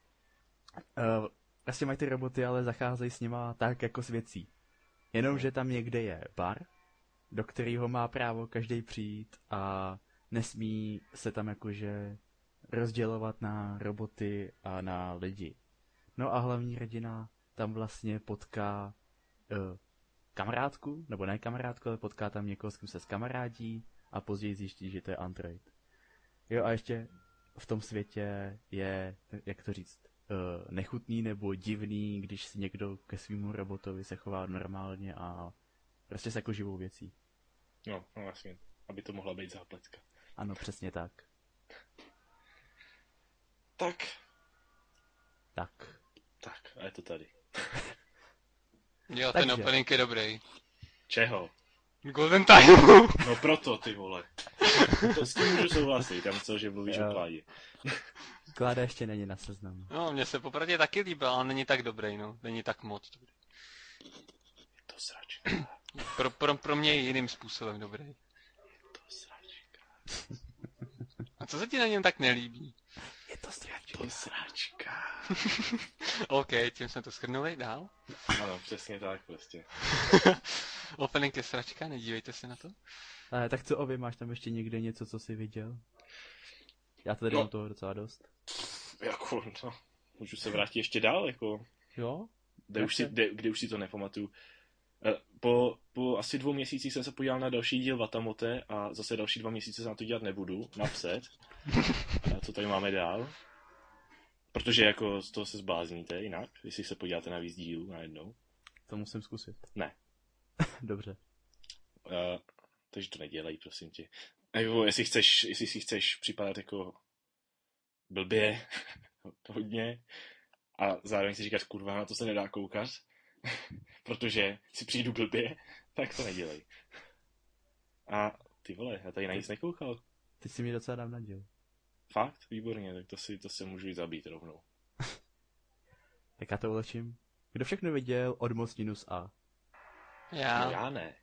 Speaker 3: vlastně mají ty roboty, ale zacházejí s nima tak jako s věcí. Jenomže tam někde je bar, do kterého má právo každý přijít a nesmí se tam jakože rozdělovat na roboty a na lidi. No a hlavní rodina tam vlastně potká uh, kamarádku, nebo ne kamarádku, ale potká tam někoho, s kým se skamarádí a později zjistí, že to je Android. Jo a ještě v tom světě je, jak to říct, eh, nechutný nebo divný, když si někdo ke svýmu robotovi se chová normálně a prostě se jako živou věcí.
Speaker 1: No, no vlastně, aby to mohla být zápletka.
Speaker 3: Ano, přesně tak.
Speaker 1: Tak,
Speaker 3: Tak.
Speaker 1: tak, a je to tady.
Speaker 2: Jo,
Speaker 3: Takže.
Speaker 2: ten opening je dobrý.
Speaker 1: Čeho?
Speaker 2: Golden Time! [LAUGHS]
Speaker 1: No proto, ty vole. To s tím můžu souhlasit, tam co, že mluvíš
Speaker 3: Jo.
Speaker 1: o pládě.
Speaker 3: Kláda ještě není na seznamu.
Speaker 2: No, mně se popravdě taky líbil, ale není tak dobrý, no. Není tak moc dobrý.
Speaker 1: Je to sračka,
Speaker 2: Pro, pro, pro mě je jiným způsobem dobrý.
Speaker 1: to sračka,
Speaker 2: A co se ti na něm tak nelíbí? [LAUGHS]
Speaker 3: Je to strašně.
Speaker 1: to sračka.
Speaker 2: OK, tím jsme to schrnuli, dál. [LAUGHS]
Speaker 1: Ano, přesně tak prostě.
Speaker 2: Opening je sračka, nedívejte se na to.
Speaker 3: Eh, tak co Ovi, máš tam ještě někde něco, co jsi viděl? Já tady
Speaker 1: No.
Speaker 3: mám toho docela dost.
Speaker 1: Jako, no, můžu se vrátit ještě dál, jako.
Speaker 3: Jo?
Speaker 1: kde
Speaker 3: Jak
Speaker 1: už,
Speaker 3: se-
Speaker 1: si, kde, kde už si to nepamatuju. Eh, Po, po asi dvou měsících jsem se podíval na další díl Vatamote a zase další dva měsíce se na to dělat nebudu, napřed. A co tady máme dál? Protože jako z toho se zblázníte jinak, jestli se podíváte na víc dílů najednou.
Speaker 3: To musím zkusit.
Speaker 1: Ne.
Speaker 3: Dobře.
Speaker 1: Uh, takže to nedělej, prosím tě. A Jako, jestli, chceš, jestli si chceš připadat jako blbě, [LAUGHS] hodně, a zároveň si říkat, kurva, na to se nedá koukat, [LAUGHS] protože si přijdu blbě, [LAUGHS] tak to nedělej. A ty vole, já tady na nic nekoukal.
Speaker 3: Ty jsi mi docela dám naděl.
Speaker 1: Fakt? Výborně, tak to si, to se můžu jít zabít rovnou.
Speaker 3: Tak já to ulečím. Kdo všechno viděl, odmoc minus A.
Speaker 1: No
Speaker 2: Já.
Speaker 1: já ne,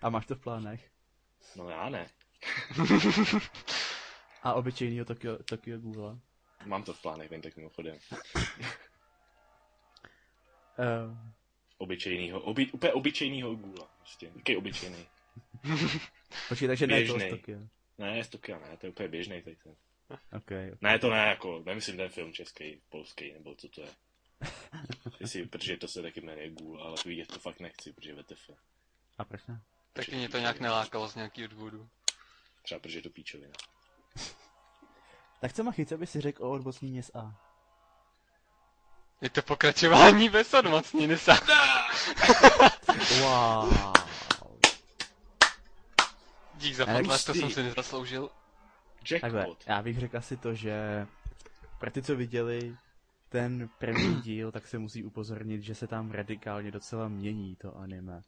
Speaker 3: A máš to v plánech?
Speaker 1: no já ne.
Speaker 3: A obyčejného Tokio, Tokio Ghoula.
Speaker 1: Mám to v plánech, jen tak mimochodem.
Speaker 3: Uh,
Speaker 1: Obyčejnýho, obi, úplně obyčejnýho gůla. Prostě, jaký obyčejný.
Speaker 3: počkej, takže ne to z
Speaker 1: Běžnej.
Speaker 3: Tokia.
Speaker 1: Ne, z Tokia ne, to je úplně běžný tady ten.
Speaker 3: Okay.
Speaker 1: Ne, to ne, jako, nemyslím ten film český, polský, nebo co [LAUGHS] to je. Jestli, protože to se taky jmenuje Gůl, ale vidět to fakt nechci, protože VTF.
Speaker 3: A proč ne?
Speaker 2: [LAUGHS] Taky mě to nějak nelákalo z nějakého důvodu.
Speaker 1: Třeba protože je to píčovina.
Speaker 3: Tak co Machy, co by si řekl o odbocníně z A?
Speaker 2: Je to pokračování [LAUGHS] bez odmocniny sa.
Speaker 3: Wow.
Speaker 2: Dík za
Speaker 3: Ale
Speaker 2: potlesk, to
Speaker 1: hustý.
Speaker 2: jsem si nezasloužil.
Speaker 3: Takhle,
Speaker 1: Jackpot.
Speaker 3: já bych řekl asi to, že pro ty, co viděli ten první díl, tak se musí upozornit, že se tam radikálně docela mění to anime.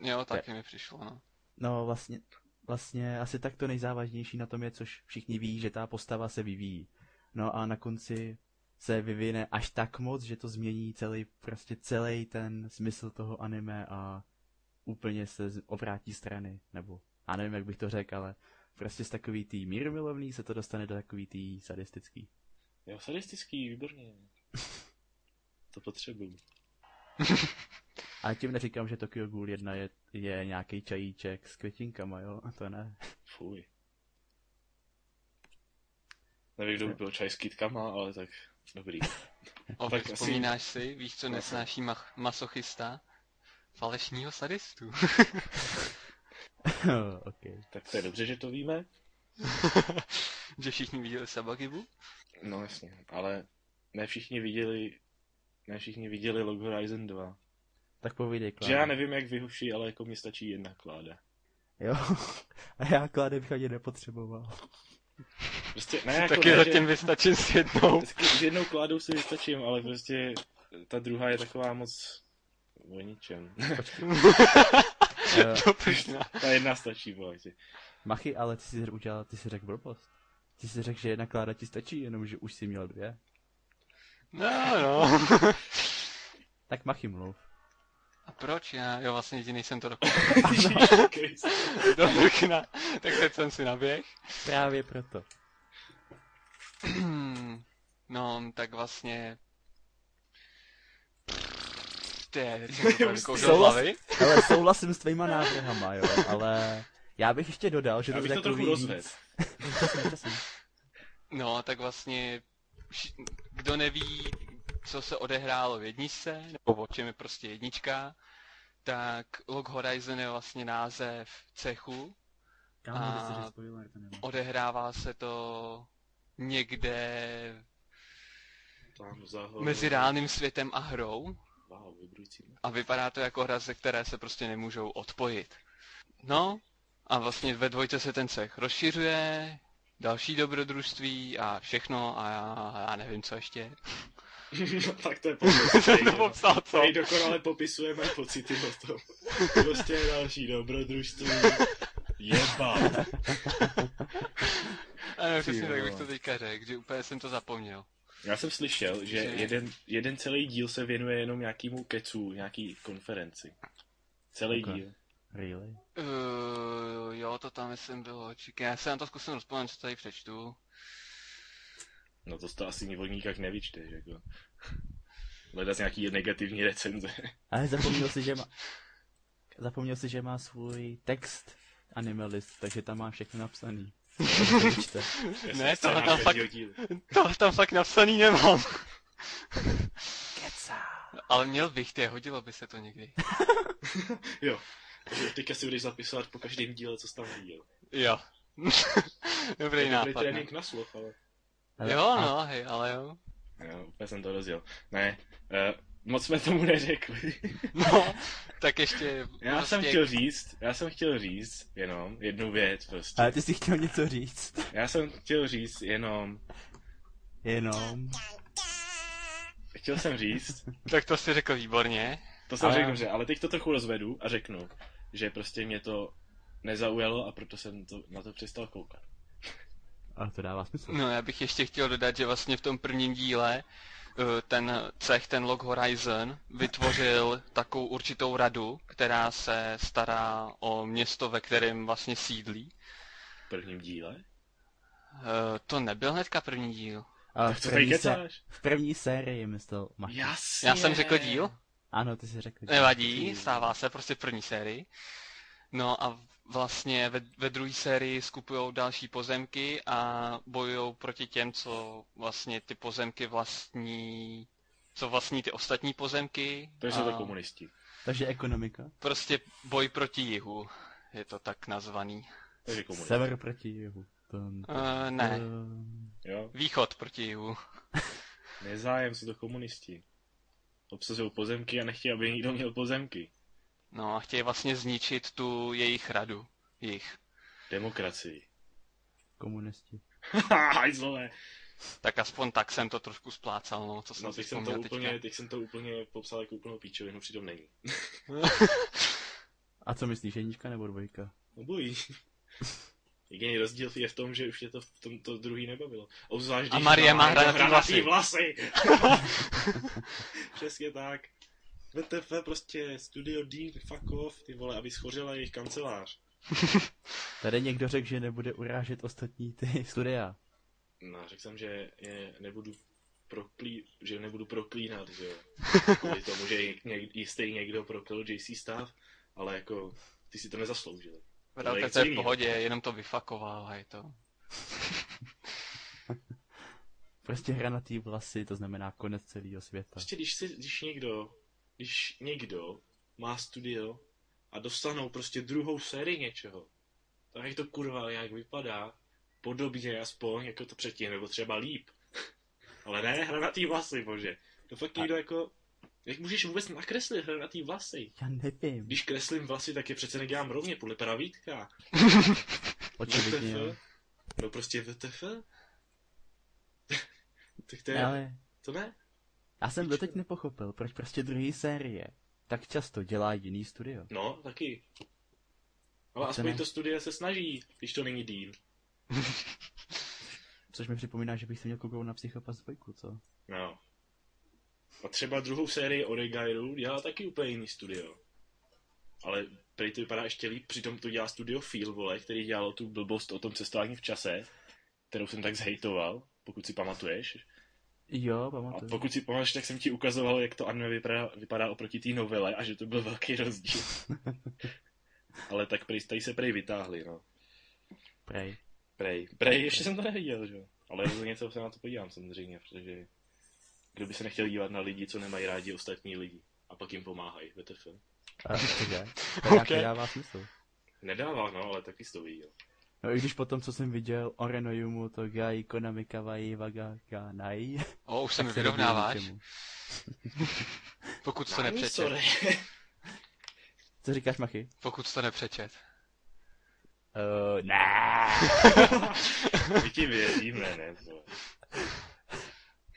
Speaker 2: Jo, taky mi
Speaker 1: [LAUGHS]
Speaker 2: přišlo, no.
Speaker 3: No vlastně, vlastně asi tak to nejzávažnější na tom je, což všichni ví, že ta postava se vyvíjí. No a na konci se vyvine až tak moc, že to změní celý, prostě celý ten smysl toho anime a úplně se z- obrátí strany, nebo já nevím, jak bych to řekl, ale prostě z takový tý míromilovný se to dostane do takový tý sadistický.
Speaker 1: Jo, sadistický, [LAUGHS] výborně. To potřebuju.
Speaker 3: A tím neříkám, že Tokyo Ghoul 1 je, je nějaký čajíček s květinkama, jo? A to ne. [LAUGHS]
Speaker 1: Fuj. Nevím, kdo by byl čaj s kytkama, ale tak [LAUGHS] dobrý.
Speaker 2: O,
Speaker 1: Tak
Speaker 2: tak
Speaker 1: asi-
Speaker 2: vzpomínáš si, víš, co nesnáší mach- masochista? Falešního sadistu. [LAUGHS]
Speaker 3: ok.
Speaker 1: Tak to je dobře, že to víme.
Speaker 2: že všichni viděli Sabagibu?
Speaker 1: No jasně, ale ne všichni viděli ne všichni viděli Log Horizon 2.
Speaker 3: Tak povídej,
Speaker 1: Že já
Speaker 3: Klára.
Speaker 1: nevím, jak vyhuší, ale jako mě stačí jedna kláda.
Speaker 3: Jo. [LAUGHS] A já Kláde bych ani nepotřeboval.
Speaker 1: Prostě,
Speaker 2: [LAUGHS]
Speaker 1: ne, jako
Speaker 2: Taky
Speaker 1: ne,
Speaker 2: zatím
Speaker 1: že,
Speaker 2: vystačím s [LAUGHS] jednou.
Speaker 1: vždycky s jednou kládou si vystačím, ale prostě ta druhá je taková moc o ničem. [LAUGHS]
Speaker 3: Eh,
Speaker 2: To pyšná.
Speaker 1: ta jedna stačí,
Speaker 2: [LAUGHS]
Speaker 1: bohatě.
Speaker 3: Machy, ale ty jsi udělal, ty jsi řekl blbost. Ty jsi řekl, že jedna kláda ti stačí, jenomže už jsi měl dvě.
Speaker 2: No, no.
Speaker 3: Tak Machy mluv.
Speaker 2: A proč já? Jo, vlastně jediný jsem to do,
Speaker 1: Krist.
Speaker 2: [LAUGHS] do prkna. Tak teď jsem si naběh.
Speaker 3: Právě proto.
Speaker 2: [CLEARS THROAT] No, tak vlastně... Ty, teď
Speaker 1: Už
Speaker 2: [LAUGHS] jsem to úplně kouzlo
Speaker 3: souhlas-
Speaker 2: hlavy.
Speaker 3: Ale souhlasím s tvýma návrhama, jo, ale já bych ještě dodal, že
Speaker 1: Já
Speaker 3: to
Speaker 1: bych
Speaker 3: je
Speaker 1: to
Speaker 3: takový
Speaker 1: trochu rozvedl.
Speaker 3: víc. Přesně, přesně.
Speaker 2: No, tak vlastně, vši- kdo neví, co se odehrálo v jedničce, nebo o čem je prostě jednička, tak Log Horizon je vlastně název cechu.
Speaker 3: Kámo,
Speaker 2: A-
Speaker 3: když jsi spoiler, to nemá.
Speaker 2: Odehrává se to někde
Speaker 1: Tam za horou.
Speaker 2: [LAUGHS] mezi reálným světem a hrou
Speaker 1: Wow, vybrující.
Speaker 2: a vypadá to jako hra, ze které se prostě nemůžou odpojit. No, a vlastně ve dvojce se ten cech rozšiřuje, další dobrodružství a všechno a já, já nevím, co ještě.
Speaker 1: No, [LAUGHS] tak to je
Speaker 2: [LAUGHS]
Speaker 1: popis.
Speaker 2: Jsem to popsal, co?
Speaker 1: Tady dokonale popisuje mé pocity o tom. Prostě je další dobrodružství. Jeba.
Speaker 2: Ano, přesně
Speaker 1: vole.
Speaker 2: tak bych to teďka řekl, že úplně jsem to zapomněl.
Speaker 1: Já jsem slyšel, že
Speaker 2: Že-
Speaker 1: jeden, jeden celý díl se věnuje jenom nějakému kecu, nějaký konferenci. Celý
Speaker 3: Ok.
Speaker 1: díl.
Speaker 3: Really?
Speaker 2: Uh, jo, to tam myslím bylo, čekaj, já se na to zkusím rozpomenout, co tady přečtu.
Speaker 1: No to to asi o nikak nevyčteš, jako. Leda z nějaký negativní recenze.
Speaker 3: Ale zapomněl si, že má... Zapomněl si, že má svůj text animalist, takže tam má všechno napsaný. To vyčte.
Speaker 1: [LAUGHS] Scéna
Speaker 2: Ne, tohle tam fakt-
Speaker 1: prvního dílu.
Speaker 2: To No, tam fakt napsaný nemám.
Speaker 3: Kecá.
Speaker 2: Ale měl bych ty, hodilo by se to někdy.
Speaker 1: Jo. Takže Teďka si budeš zapisovat po každém díle, co jsi tam viděl.
Speaker 2: Jo. [LAUGHS] Dobrý
Speaker 1: Dobrý
Speaker 2: nápad.
Speaker 1: trénink na sloh, ale...
Speaker 2: ne? Jo, no, hej, ale jo.
Speaker 1: Jo, úplně jsem to rozjel. Ne, uh, moc jsme tomu
Speaker 2: [LAUGHS]
Speaker 1: neřekli.
Speaker 2: No, tak ještě...
Speaker 1: Já
Speaker 2: prostě-
Speaker 1: jsem chtěl říct, já jsem chtěl říct jenom jednu věc prostě.
Speaker 3: Ale ty jsi chtěl něco říct.
Speaker 1: Já jsem chtěl říct jenom,
Speaker 3: Jenom.
Speaker 1: chtěl jsem říct,
Speaker 2: Tak to si řekl výborně.
Speaker 1: to jsem
Speaker 3: Ale-
Speaker 1: řekl dobře, ale teď to trochu rozvedu a řeknu, že prostě mě to nezaujalo a proto jsem to, na to přestal koukat.
Speaker 3: Ale to dává smysl.
Speaker 2: No, já bych ještě chtěl dodat, že vlastně v tom prvním díle eh, ten cech, ten Log Horizon, vytvořil takovou určitou radu, která se stará o město, ve kterém vlastně sídlí.
Speaker 1: V prvním díle?
Speaker 2: Eh, To nebyl hnedka první díl.
Speaker 3: Ale
Speaker 1: Tak
Speaker 3: v
Speaker 1: co tady
Speaker 3: první, se...
Speaker 1: kecáš?
Speaker 3: v první sérii myslel Machy.
Speaker 1: Jasně.
Speaker 2: Já jsem řekl díl?
Speaker 3: Ano, ty jsi řekl. že-
Speaker 2: Nevadí, stává se, prostě v první sérii. No a vlastně ve, ve druhé sérii skupují další pozemky a bojují proti těm, co vlastně ty pozemky vlastní, co vlastní ty ostatní pozemky.
Speaker 1: To jsou
Speaker 2: a
Speaker 1: to komunisti.
Speaker 3: Takže ekonomika.
Speaker 2: Prostě boj proti jihu, je to tak nazvaný.
Speaker 1: Takže komunisti.
Speaker 3: Sever proti jihu. Tam,
Speaker 2: Uh, ne,
Speaker 3: tam.
Speaker 1: Jo?
Speaker 2: východ proti jihu.
Speaker 1: Nezájem jsou to komunisti. Obsazují pozemky a nechtějí, aby nikdo měl pozemky.
Speaker 2: No a chtějí vlastně zničit tu jejich radu, jich.
Speaker 1: [LAUGHS] Demokracii. No,
Speaker 3: Komunisti.
Speaker 1: Hajzlové.
Speaker 2: Tak aspoň tak jsem to trošku splácal, no, co jsem
Speaker 1: No,
Speaker 2: si
Speaker 1: teď jsem, to
Speaker 2: vzpomněl
Speaker 1: úplně, teď jsem to úplně popsal jako úplnou píčovinu, přitom není.
Speaker 2: teďka.
Speaker 3: A co myslíš, jednička nebo dvojka?
Speaker 1: Obojí. [LAUGHS] Jediný rozdíl je v tom, že už tě to v tom to druhý nebavilo. Obzvlášť,
Speaker 2: A
Speaker 1: když
Speaker 2: Marie má hranatý
Speaker 1: někdo hranatý
Speaker 2: vlasy.
Speaker 1: vlasy. [LAUGHS] Přesně tak. VTF prostě, Studio Dean, fuck off, ty vole, aby schořela jejich kancelář.
Speaker 3: Tady někdo řekl, že nebude urážet ostatní ty [LAUGHS] studia.
Speaker 1: No, řekl jsem, že je nebudu proklí, že nebudu proklínat, že jo. Kvůli tomu, že něk, něk, jistý někdo proklil JC stav, ale jako ty si to nezasloužil.
Speaker 2: Vrát,
Speaker 1: Ale
Speaker 2: to je v
Speaker 1: jiný.
Speaker 2: pohodě, jenom to vyfakoval a je to.
Speaker 3: Prostě hranatý vlasy, to znamená konec celého světa.
Speaker 1: Prostě když, si, když někdo, když někdo má studio a dostanou prostě druhou sérii něčeho, tak jak to kurva nějak vypadá, podobně aspoň jako to předtím, nebo třeba líp. [LAUGHS] Ale ne hranatý vlasy, bože. To fakt někdo jako... Jak můžeš vůbec nakreslit hranatý vlasy?
Speaker 3: Já nevím.
Speaker 1: Když kreslím vlasy, tak je přece nedělám rovně podle pravítka.
Speaker 3: Očividně, jo.
Speaker 1: No prostě VTF? [LAUGHS] tak to je...
Speaker 3: Ale
Speaker 1: To ne?
Speaker 3: já jsem doteď nepochopil, proč prostě druhý série tak často dělá jiný studio.
Speaker 1: No, taky. Ale
Speaker 3: To
Speaker 1: aspoň
Speaker 3: ne.
Speaker 1: to studie se snaží, když to není Dean.
Speaker 3: Což mi připomíná, že bych se měl kouknout na Psychopath 2, co?
Speaker 1: No. A třeba druhou sérii Oregairu dělá taky úplně jiný studio. Ale prý to vypadá ještě líp, přitom to dělá studio Feel, vole, který dělalo tu blbost o tom cestování v čase, kterou jsem tak zhejtoval, pokud si pamatuješ.
Speaker 3: Jo,
Speaker 1: A
Speaker 3: pamatuju.
Speaker 1: pokud si pamatuješ, tak jsem ti ukazoval, jak to anime vypadá, vypadá oproti té novele a že to byl velký [LAUGHS] rozdíl. Ale tak prý, tady se prej vytáhli, no.
Speaker 3: Prej.
Speaker 1: Prej. Prej, ještě jsem to neviděl, že jo. Ale rozhodně se na to podívám samozřejmě, protože kdo by se nechtěl dívat na lidi, co nemají rádi ostatní lidi a pak jim pomáhají, VTF. [LAUGHS]
Speaker 3: A, cože? To
Speaker 2: Ok.
Speaker 3: okay. dává smysl.
Speaker 1: Nedává, no, ale taky jsi to viděl.
Speaker 3: No i když potom, co jsem viděl, Oreno Yumu, to Gai, Konami, Kawaii, Waga, Ganai.
Speaker 2: O, už se
Speaker 3: tak
Speaker 2: mi
Speaker 3: se nedivím
Speaker 2: vyrovnáváš,
Speaker 3: ničemu.
Speaker 2: pokud jsi to nepřečet.
Speaker 1: sorry.
Speaker 3: Co říkáš, Machy?
Speaker 2: Pokud jsi to nepřečet.
Speaker 1: [LAUGHS]
Speaker 3: Uh, ne.
Speaker 1: My ti věříme, ne? vole.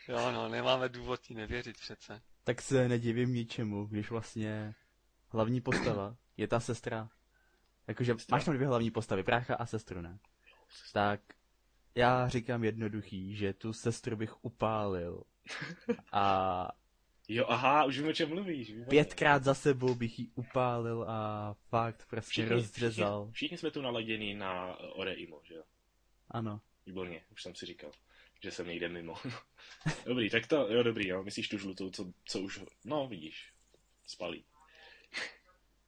Speaker 2: Jo, no, nemáme důvod ti nevěřit přece.
Speaker 3: Tak se nedivím ničemu, když vlastně hlavní postava je ta sestra. Jakože
Speaker 1: Sestra.
Speaker 3: máš tam dvě hlavní postavy, brácha a sestru, ne? Tak já říkám jednoduchý, že tu sestru bych
Speaker 1: [LAUGHS]
Speaker 3: upálil. A
Speaker 1: Jo, aha, už vím, o čem mluvíš. výborně.
Speaker 3: pětkrát za sebou bych ji upálil a fakt prostě
Speaker 1: Všichni-
Speaker 3: rozdřezal.
Speaker 1: Všichni, všichni jsme tu naladěni na eh, Oreimo, že jo?
Speaker 3: Ano.
Speaker 1: Výborně, už jsem si říkal, že jsem někde mimo. [LAUGHS] dobrý, tak to, jo dobrý, jo, myslíš tu žlutou, co, co už, no vidíš, spalí.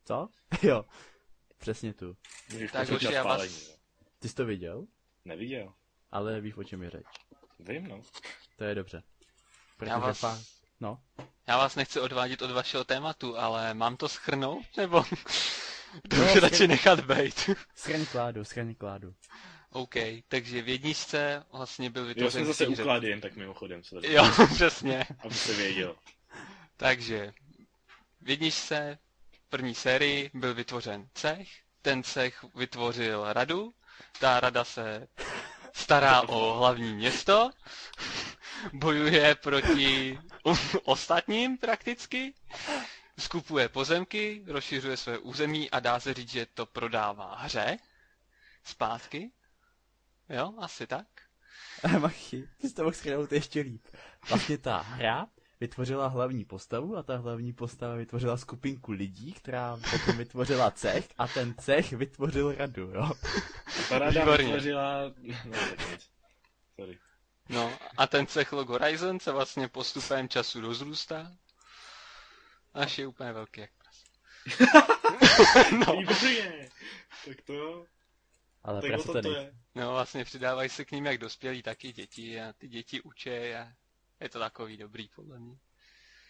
Speaker 3: Co? [LAUGHS] Jo. Přesně tu.
Speaker 1: Můžeš
Speaker 2: Tak
Speaker 1: počítat
Speaker 2: už já vás-
Speaker 1: spálení, jo.
Speaker 3: Ty jsi to viděl?
Speaker 1: Neviděl,
Speaker 3: Ale víš, o čem je řeč.
Speaker 1: vím no.
Speaker 3: To je dobře.
Speaker 2: Já vás,
Speaker 3: fakt- No.
Speaker 2: já vás nechci odvádět od vašeho tématu, ale mám to schrnout, nebo [LAUGHS] to
Speaker 3: No,
Speaker 2: už
Speaker 3: schr-
Speaker 2: radši nechat bejt? [LAUGHS]
Speaker 3: Schraň kládu, schraň kládu. [LAUGHS]
Speaker 2: OK, takže v jedničce vlastně byl
Speaker 1: Jo, jsme
Speaker 2: vytvořen
Speaker 1: zase
Speaker 2: příhřeb.
Speaker 1: uklady jen tak mimochodem, co tady,
Speaker 2: Jo, [LAUGHS] přesně.
Speaker 1: aby se věděl.
Speaker 2: Takže v jedničce v první sérii byl vytvořen cech, ten cech vytvořil radu, ta rada se stará o hlavní město, bojuje proti [LAUGHS] o- ostatním prakticky, skupuje pozemky, rozšiřuje své území a dá se říct, že to prodává hře zpátky. Jo, asi tak.
Speaker 3: Machy, ty jsi to mohl schrnout ještě líp. Vlastně ta hra vytvořila hlavní postavu a ta hlavní postava vytvořila skupinku lidí, která potom vytvořila cech a ten cech vytvořil radu, jo.
Speaker 1: Paráda
Speaker 2: Výborně.
Speaker 1: vytvořila, no tak nic, sorry.
Speaker 2: No a ten cech Log Horizon se vlastně postupem času rozrůstá. Až je úplně velký jak pes. no,
Speaker 1: Výborně, tak to,
Speaker 3: Ale
Speaker 1: No, tak o
Speaker 3: prostě
Speaker 1: tom
Speaker 3: tady.
Speaker 1: to je.
Speaker 2: no vlastně přidávají se k ním jak dospělí, tak i děti a ty děti učí a je to takový dobrý podle mě.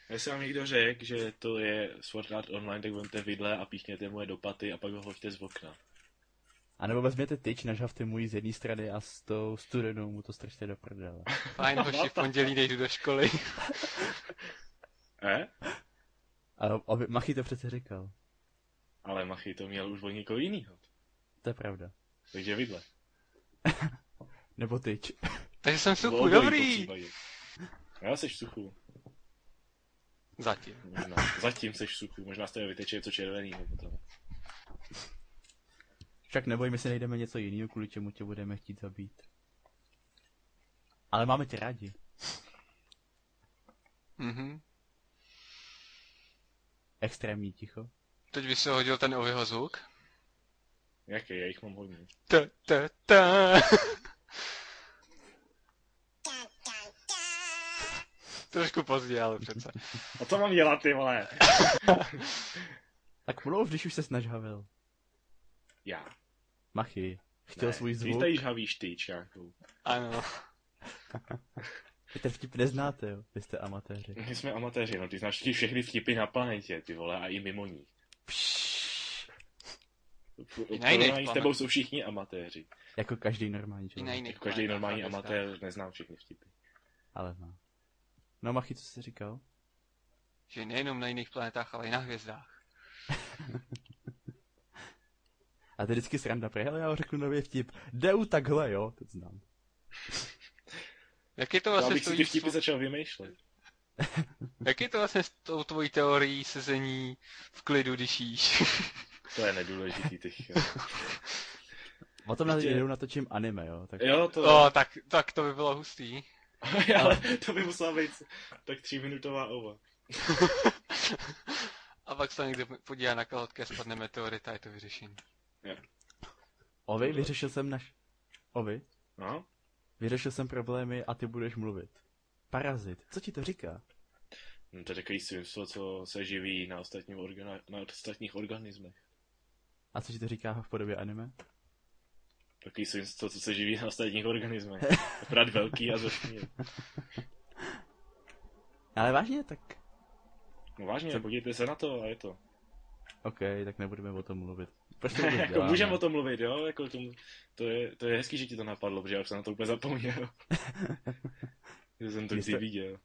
Speaker 1: Jestli vám někdo řekl, že to je Sword Art Online, tak vemte vidle a píchněte mu je do paty a pak ho hoďte z okna.
Speaker 3: A nebo vezměte tyč, nažavte mu ji z jedné strany a s tou studenou mu to strčte do prdele.
Speaker 2: Fajn, hoši, v pondělí nejdu do školy. [LAUGHS]
Speaker 1: Eh?
Speaker 3: A aby, Machy to přece říkal.
Speaker 1: Ale Machy to měl už od někoho jinýho.
Speaker 3: To je pravda.
Speaker 1: Takže vidle.
Speaker 3: Nebo tyč.
Speaker 2: Takže jsem v
Speaker 1: Nebo
Speaker 2: suchu,
Speaker 1: obojí po
Speaker 2: dobrý.
Speaker 1: případě. Já seš v suchu,
Speaker 2: Zatím.
Speaker 1: možná. Zatím seš v suchu, možná z tebe vyteče něco červeného potom.
Speaker 3: Však neboj, my si najdeme něco jiného, kvůli čemu tě budeme chtít zabít. Ale máme tě rádi.
Speaker 2: Mhm.
Speaker 3: Extrémní ticho.
Speaker 2: Teď by se hodil ten ovyho zvuk.
Speaker 1: Jaký, já jich mám hodně.
Speaker 2: Ta, ta, [LAUGHS] ta. Trošku pozdě, ale přece.
Speaker 1: A co mám dělat, ty vole?
Speaker 3: Tak mluv, když už se snažhavil.
Speaker 1: Já.
Speaker 3: Machy, chtěl
Speaker 1: ne,
Speaker 3: svůj
Speaker 1: Ty
Speaker 3: zvuk.
Speaker 1: tady žhavíš ty, čáku.
Speaker 2: Ano.
Speaker 3: Vy ten vtip neznáte, jo? Vy jste amatéři.
Speaker 1: My jsme amatéři, no ty znáš ty všechny vtipy na planetě, ty vole, a i mimo ní.
Speaker 2: I na jiných
Speaker 1: s tebou
Speaker 2: planet.
Speaker 1: jsou všichni amatéři.
Speaker 3: Jako každý normální
Speaker 2: I na
Speaker 3: člověk,
Speaker 2: jiných
Speaker 1: Jako každý
Speaker 2: planetách
Speaker 1: normální
Speaker 2: a dneska.
Speaker 1: amatér neznám všechny vtipy.
Speaker 3: ale zná. No Machy, co jsi říkal?
Speaker 2: Že nejenom na jiných planetách, ale i na hvězdách.
Speaker 3: A to je vždycky sranda, protože hele, já řeknu nově vtip. Deu takhle, jo? To znám.
Speaker 2: Jak je to
Speaker 1: Já
Speaker 2: vlastně
Speaker 1: bych
Speaker 2: s
Speaker 1: si ty
Speaker 2: tvojí,
Speaker 1: vtipy začal vymýšlet.
Speaker 2: jak je to vlastně s tou tvojí teorií sezení v klidu, když jíš?
Speaker 1: To je nedůležitý, ty
Speaker 2: [LAUGHS]
Speaker 1: ch-
Speaker 3: O tom na
Speaker 1: Ještě-
Speaker 3: jednou natočím anime, jo? Tak...
Speaker 1: Prostě- Jo, to... [LAUGHS]
Speaker 2: o, tak, tak to by bylo hustý.
Speaker 1: Ale to by musela být tak tříminutová ova.
Speaker 2: A pak se někde podívá na kalhotky a spadne meteorita, je to vyřešení.
Speaker 3: Ovi, vyřešil jsem naš... Ovi,
Speaker 1: No?
Speaker 3: vyřešil jsem problémy a ty budeš mluvit. Parazit, co ti to říká?
Speaker 1: No, To je takový svinstvo, co se živí na, ostatním organa- na ostatních organismech.
Speaker 3: A co ti to říká v podobě anime?
Speaker 1: Takový svinstvo, co se živí na ostatních
Speaker 3: [LAUGHS]
Speaker 1: organismech. Akorát velký a zršný.
Speaker 3: Ale vážně, tak...
Speaker 1: No vážně,
Speaker 3: Co-
Speaker 1: podívejte se na to a je to.
Speaker 3: OK, tak nebudeme o tom mluvit. Prostě
Speaker 1: [LAUGHS]
Speaker 3: to
Speaker 1: jako
Speaker 3: děláme.
Speaker 1: můžeme o tom mluvit, jo? Jako to, to, je, to je hezký, že ti to napadlo, protože já už jsem na to úplně
Speaker 3: [LAUGHS]
Speaker 1: zapomněl. že jsem to
Speaker 3: Vy
Speaker 1: kdy
Speaker 3: jste-
Speaker 1: viděl.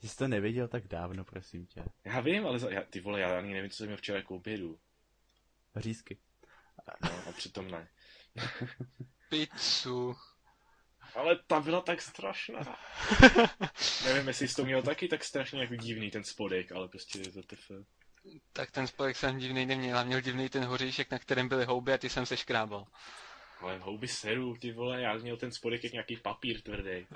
Speaker 3: Ty jsi to neviděl tak dávno, prosím tě.
Speaker 1: Já vím, ale za, já, ty vole, já ani nevím, co jsem měl včera k obědu.
Speaker 3: Řízky.
Speaker 1: No, a přitom ne.
Speaker 2: Pizzu.
Speaker 1: Ale ta byla tak
Speaker 3: [LAUGHS]
Speaker 1: strašná. Nevím, jestli jsi to měl taky tak strašně jako divný ten spodek, ale prostě je to tf.
Speaker 2: Tak ten spolek jsem divný neměl, a měl divný ten hoříšek, na kterém byly houby a ty jsem se škrábal.
Speaker 1: Ale houby seru, ty vole, já měl ten spodek jak nějaký papír tvrdý.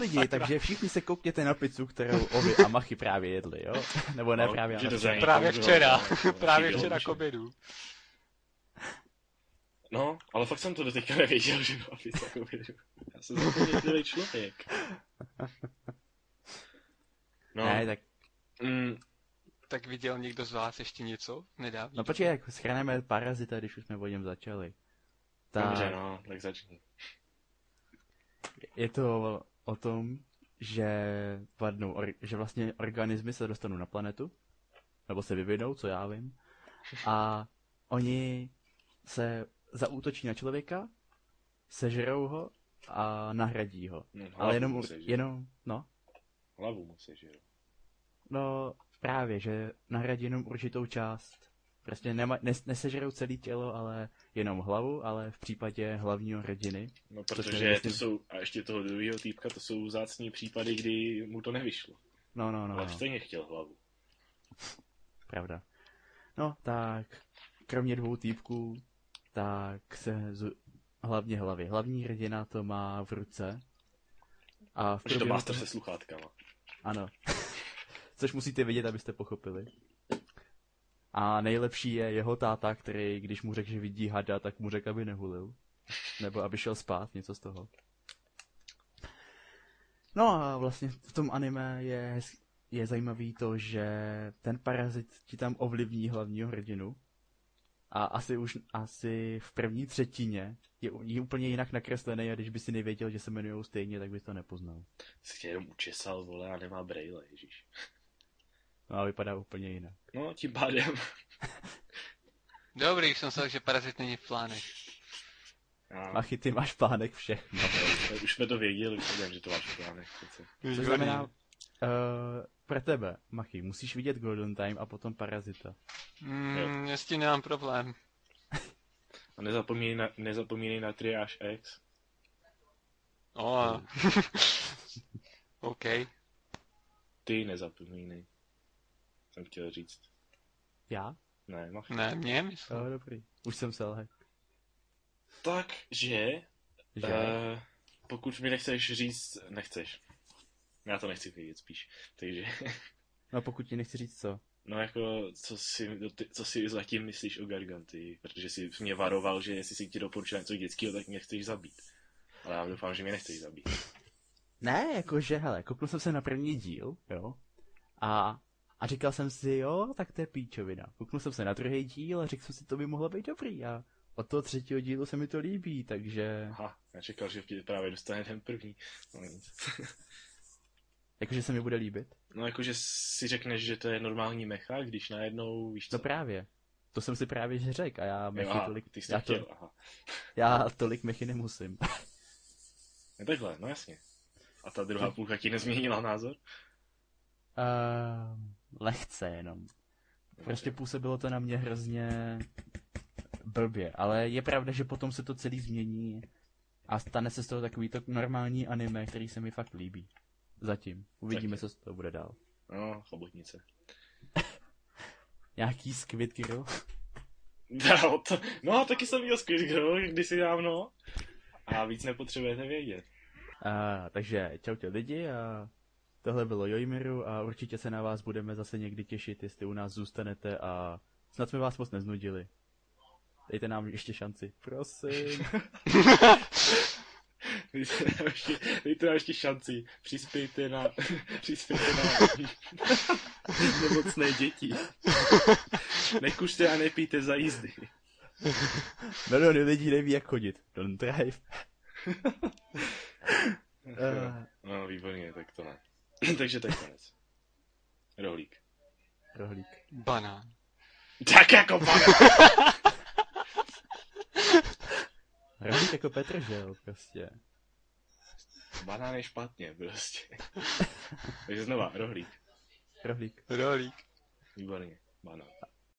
Speaker 1: [LAUGHS]
Speaker 3: lidi, takže všichni se koukněte na pizzu, kterou Ovi a Machy právě jedli, jo? [LAUGHS] Nebo ne
Speaker 1: No,
Speaker 3: právě,
Speaker 1: že
Speaker 3: ale
Speaker 1: to za ní
Speaker 2: Právě
Speaker 1: použil,
Speaker 2: včera,
Speaker 1: no, no,
Speaker 2: právě
Speaker 1: chybělo
Speaker 2: včera
Speaker 1: mu, že-
Speaker 2: k obědu.
Speaker 1: No, ale fakt jsem to do teďka nevěděl, že mám víc jako vědu. Já jsem zapomnětlivý člověk. No,
Speaker 3: Ne, tak,
Speaker 1: mm,
Speaker 2: Tak viděl někdo z vás ještě něco? Nedá?
Speaker 3: no počkej, jak schráneme parazita, když už jsme o něm začali. Tak,
Speaker 1: dobře, no, tak začni.
Speaker 3: je to o tom, že vadnou, or, že vlastně organismy se dostanou na planetu, nebo se vyvinou, co já vím, a oni se zaútočí na člověka, sežerou ho a nahradí ho.
Speaker 1: No,
Speaker 3: Ale jenom,
Speaker 1: musíš, že?
Speaker 3: jenom, no,
Speaker 1: Hlavu musíš, že jo.
Speaker 3: No právě, že nahradí jenom určitou část. Prostě nema, nes, nesežerou celé tělo, ale jenom hlavu, ale v případě hlavního hrdiny.
Speaker 1: No,
Speaker 3: Což
Speaker 1: protože to
Speaker 3: nemyslím.
Speaker 1: jsou, a ještě toho druhého týpka, to jsou vzácní případy, kdy mu to nevyšlo.
Speaker 3: No, no, no,
Speaker 1: Ale
Speaker 3: no
Speaker 1: stejně chtěl hlavu.
Speaker 3: pravda. No, tak, kromě dvou týpků, tak se z, hlavně hlavy. Hlavní hrdina to má v ruce. A v
Speaker 1: Protože to
Speaker 3: průběhu
Speaker 1: master
Speaker 3: toho-
Speaker 1: se sluchátkama.
Speaker 3: Ano. Což musíte vidět, abyste pochopili. A nejlepší je jeho táta, který, když mu řekl, že vidí hada, tak mu řekl, aby nehulil. Nebo aby šel spát, něco z toho. No a vlastně v tom anime je, hez- je zajímavý to, že ten parazit ti tam ovlivní hlavního hrdinu. A asi už asi v první třetině je, u- je úplně jinak nakreslený a když by si nevěděl, že se jmenují stejně, tak bys to nepoznal.
Speaker 1: Si tě jenom učesal, vole, a nemá brejle, ježíš.
Speaker 3: No a vypadá úplně jinak.
Speaker 1: No, tím pádem.
Speaker 2: Dobrý, jsem se že parazit není v plánech.
Speaker 1: [LAUGHS] A, no,
Speaker 3: Machy, ty máš plánek všechno.
Speaker 1: už jsme to věděli, už jsem, že to máš v plánech. přece.
Speaker 3: To znamená, uh, pro tebe, Machy, musíš vidět Golden Time a potom Parazita.
Speaker 2: Mm, já s tím nemám problém.
Speaker 1: A nezapomínej na, nezapomínej na triáž X.
Speaker 2: O. [LAUGHS] OK.
Speaker 1: Ty nezapomínej. Jsem chtěl říct.
Speaker 3: Já?
Speaker 1: Ne, no. mach.
Speaker 2: Ne, mě myslel.
Speaker 3: Eh, Tak. Jo, dobrý. Už jsem selhal.
Speaker 1: Takže,
Speaker 3: Že?
Speaker 1: uh, pokud mi nechceš říct, nechceš. Já to nechci vědět spíš. Takže, [LAUGHS]
Speaker 3: No pokud ti nechci říct co.
Speaker 1: no jako, co si, ty- co si zatím myslíš o Garganty? Protože jsi mě varoval, že jestli si ti doporučil něco dětského, tak mě chceš zabít. Ale já doufám, že mě nechceš zabít.
Speaker 3: Ne, jakože, hele, kouknul jsem se na první díl, jo, a, a říkal jsem si, jo, tak to je píčovina. Kouknul jsem se na druhý díl a řekl jsem si, to by mohlo být dobrý a od toho třetího dílu se mi to líbí, takže,
Speaker 1: Aha, já čekal, že tě právě dostane ten první. No nic.
Speaker 3: jakože se mi bude líbit.
Speaker 1: No jakože si řekneš, že to je normální mecha, když najednou, víš co?
Speaker 3: No právě, to jsem si právě že řekl a já
Speaker 1: jo,
Speaker 3: mechy
Speaker 1: aha,
Speaker 3: tolik,
Speaker 1: ty jsi to
Speaker 3: já,
Speaker 1: chtěl,
Speaker 3: to,
Speaker 1: aha.
Speaker 3: já tolik mechy nemusím.
Speaker 1: No takhle, no jasně. A ta druhá půlka ti nezměnila názor?
Speaker 3: Uh, lehce jenom. Prostě působilo to na mě hrozně blbě, ale je pravda, že potom se to celý změní a stane se z toho takový to normální anime, který se mi fakt líbí. Zatím. Uvidíme,
Speaker 1: Tak.
Speaker 3: co z toho bude dál.
Speaker 1: No, chobotnice. [LAUGHS]
Speaker 3: Nějaký Squid Girl?
Speaker 1: Dál to. No, taky jsem viděl Squid Girl kdysi dávno. A víc nepotřebujete vědět. [LAUGHS]
Speaker 3: Uh, takže čau tě lidi a tohle bylo Jojmiru a určitě se na vás budeme zase někdy těšit, jestli u nás zůstanete a snad jsme vás moc neznudili. Dejte nám ještě šanci. Prosím.
Speaker 1: Dejte nám ještě, dejte nám ještě šanci. Přispějte na... [LAUGHS] Přispějte na... [LAUGHS] nemocné děti. Nekušte a nepijte za jízdy.
Speaker 3: Miliony lidí no, neví, jak chodit. No, Don't drive. uh,
Speaker 1: No, výborně, tak to ne. [CLEARS THROAT] Takže to je konec. Rohlík.
Speaker 3: rohlík.
Speaker 2: Banán.
Speaker 1: Tak [LAUGHS] jako pane!
Speaker 3: Rohlík jako Petržel, prostě.
Speaker 1: Banán je špatně, prostě. [LAUGHS] Takže znova, rohlík.
Speaker 3: Rohlík.
Speaker 2: Rolík.
Speaker 1: Výborně, banán.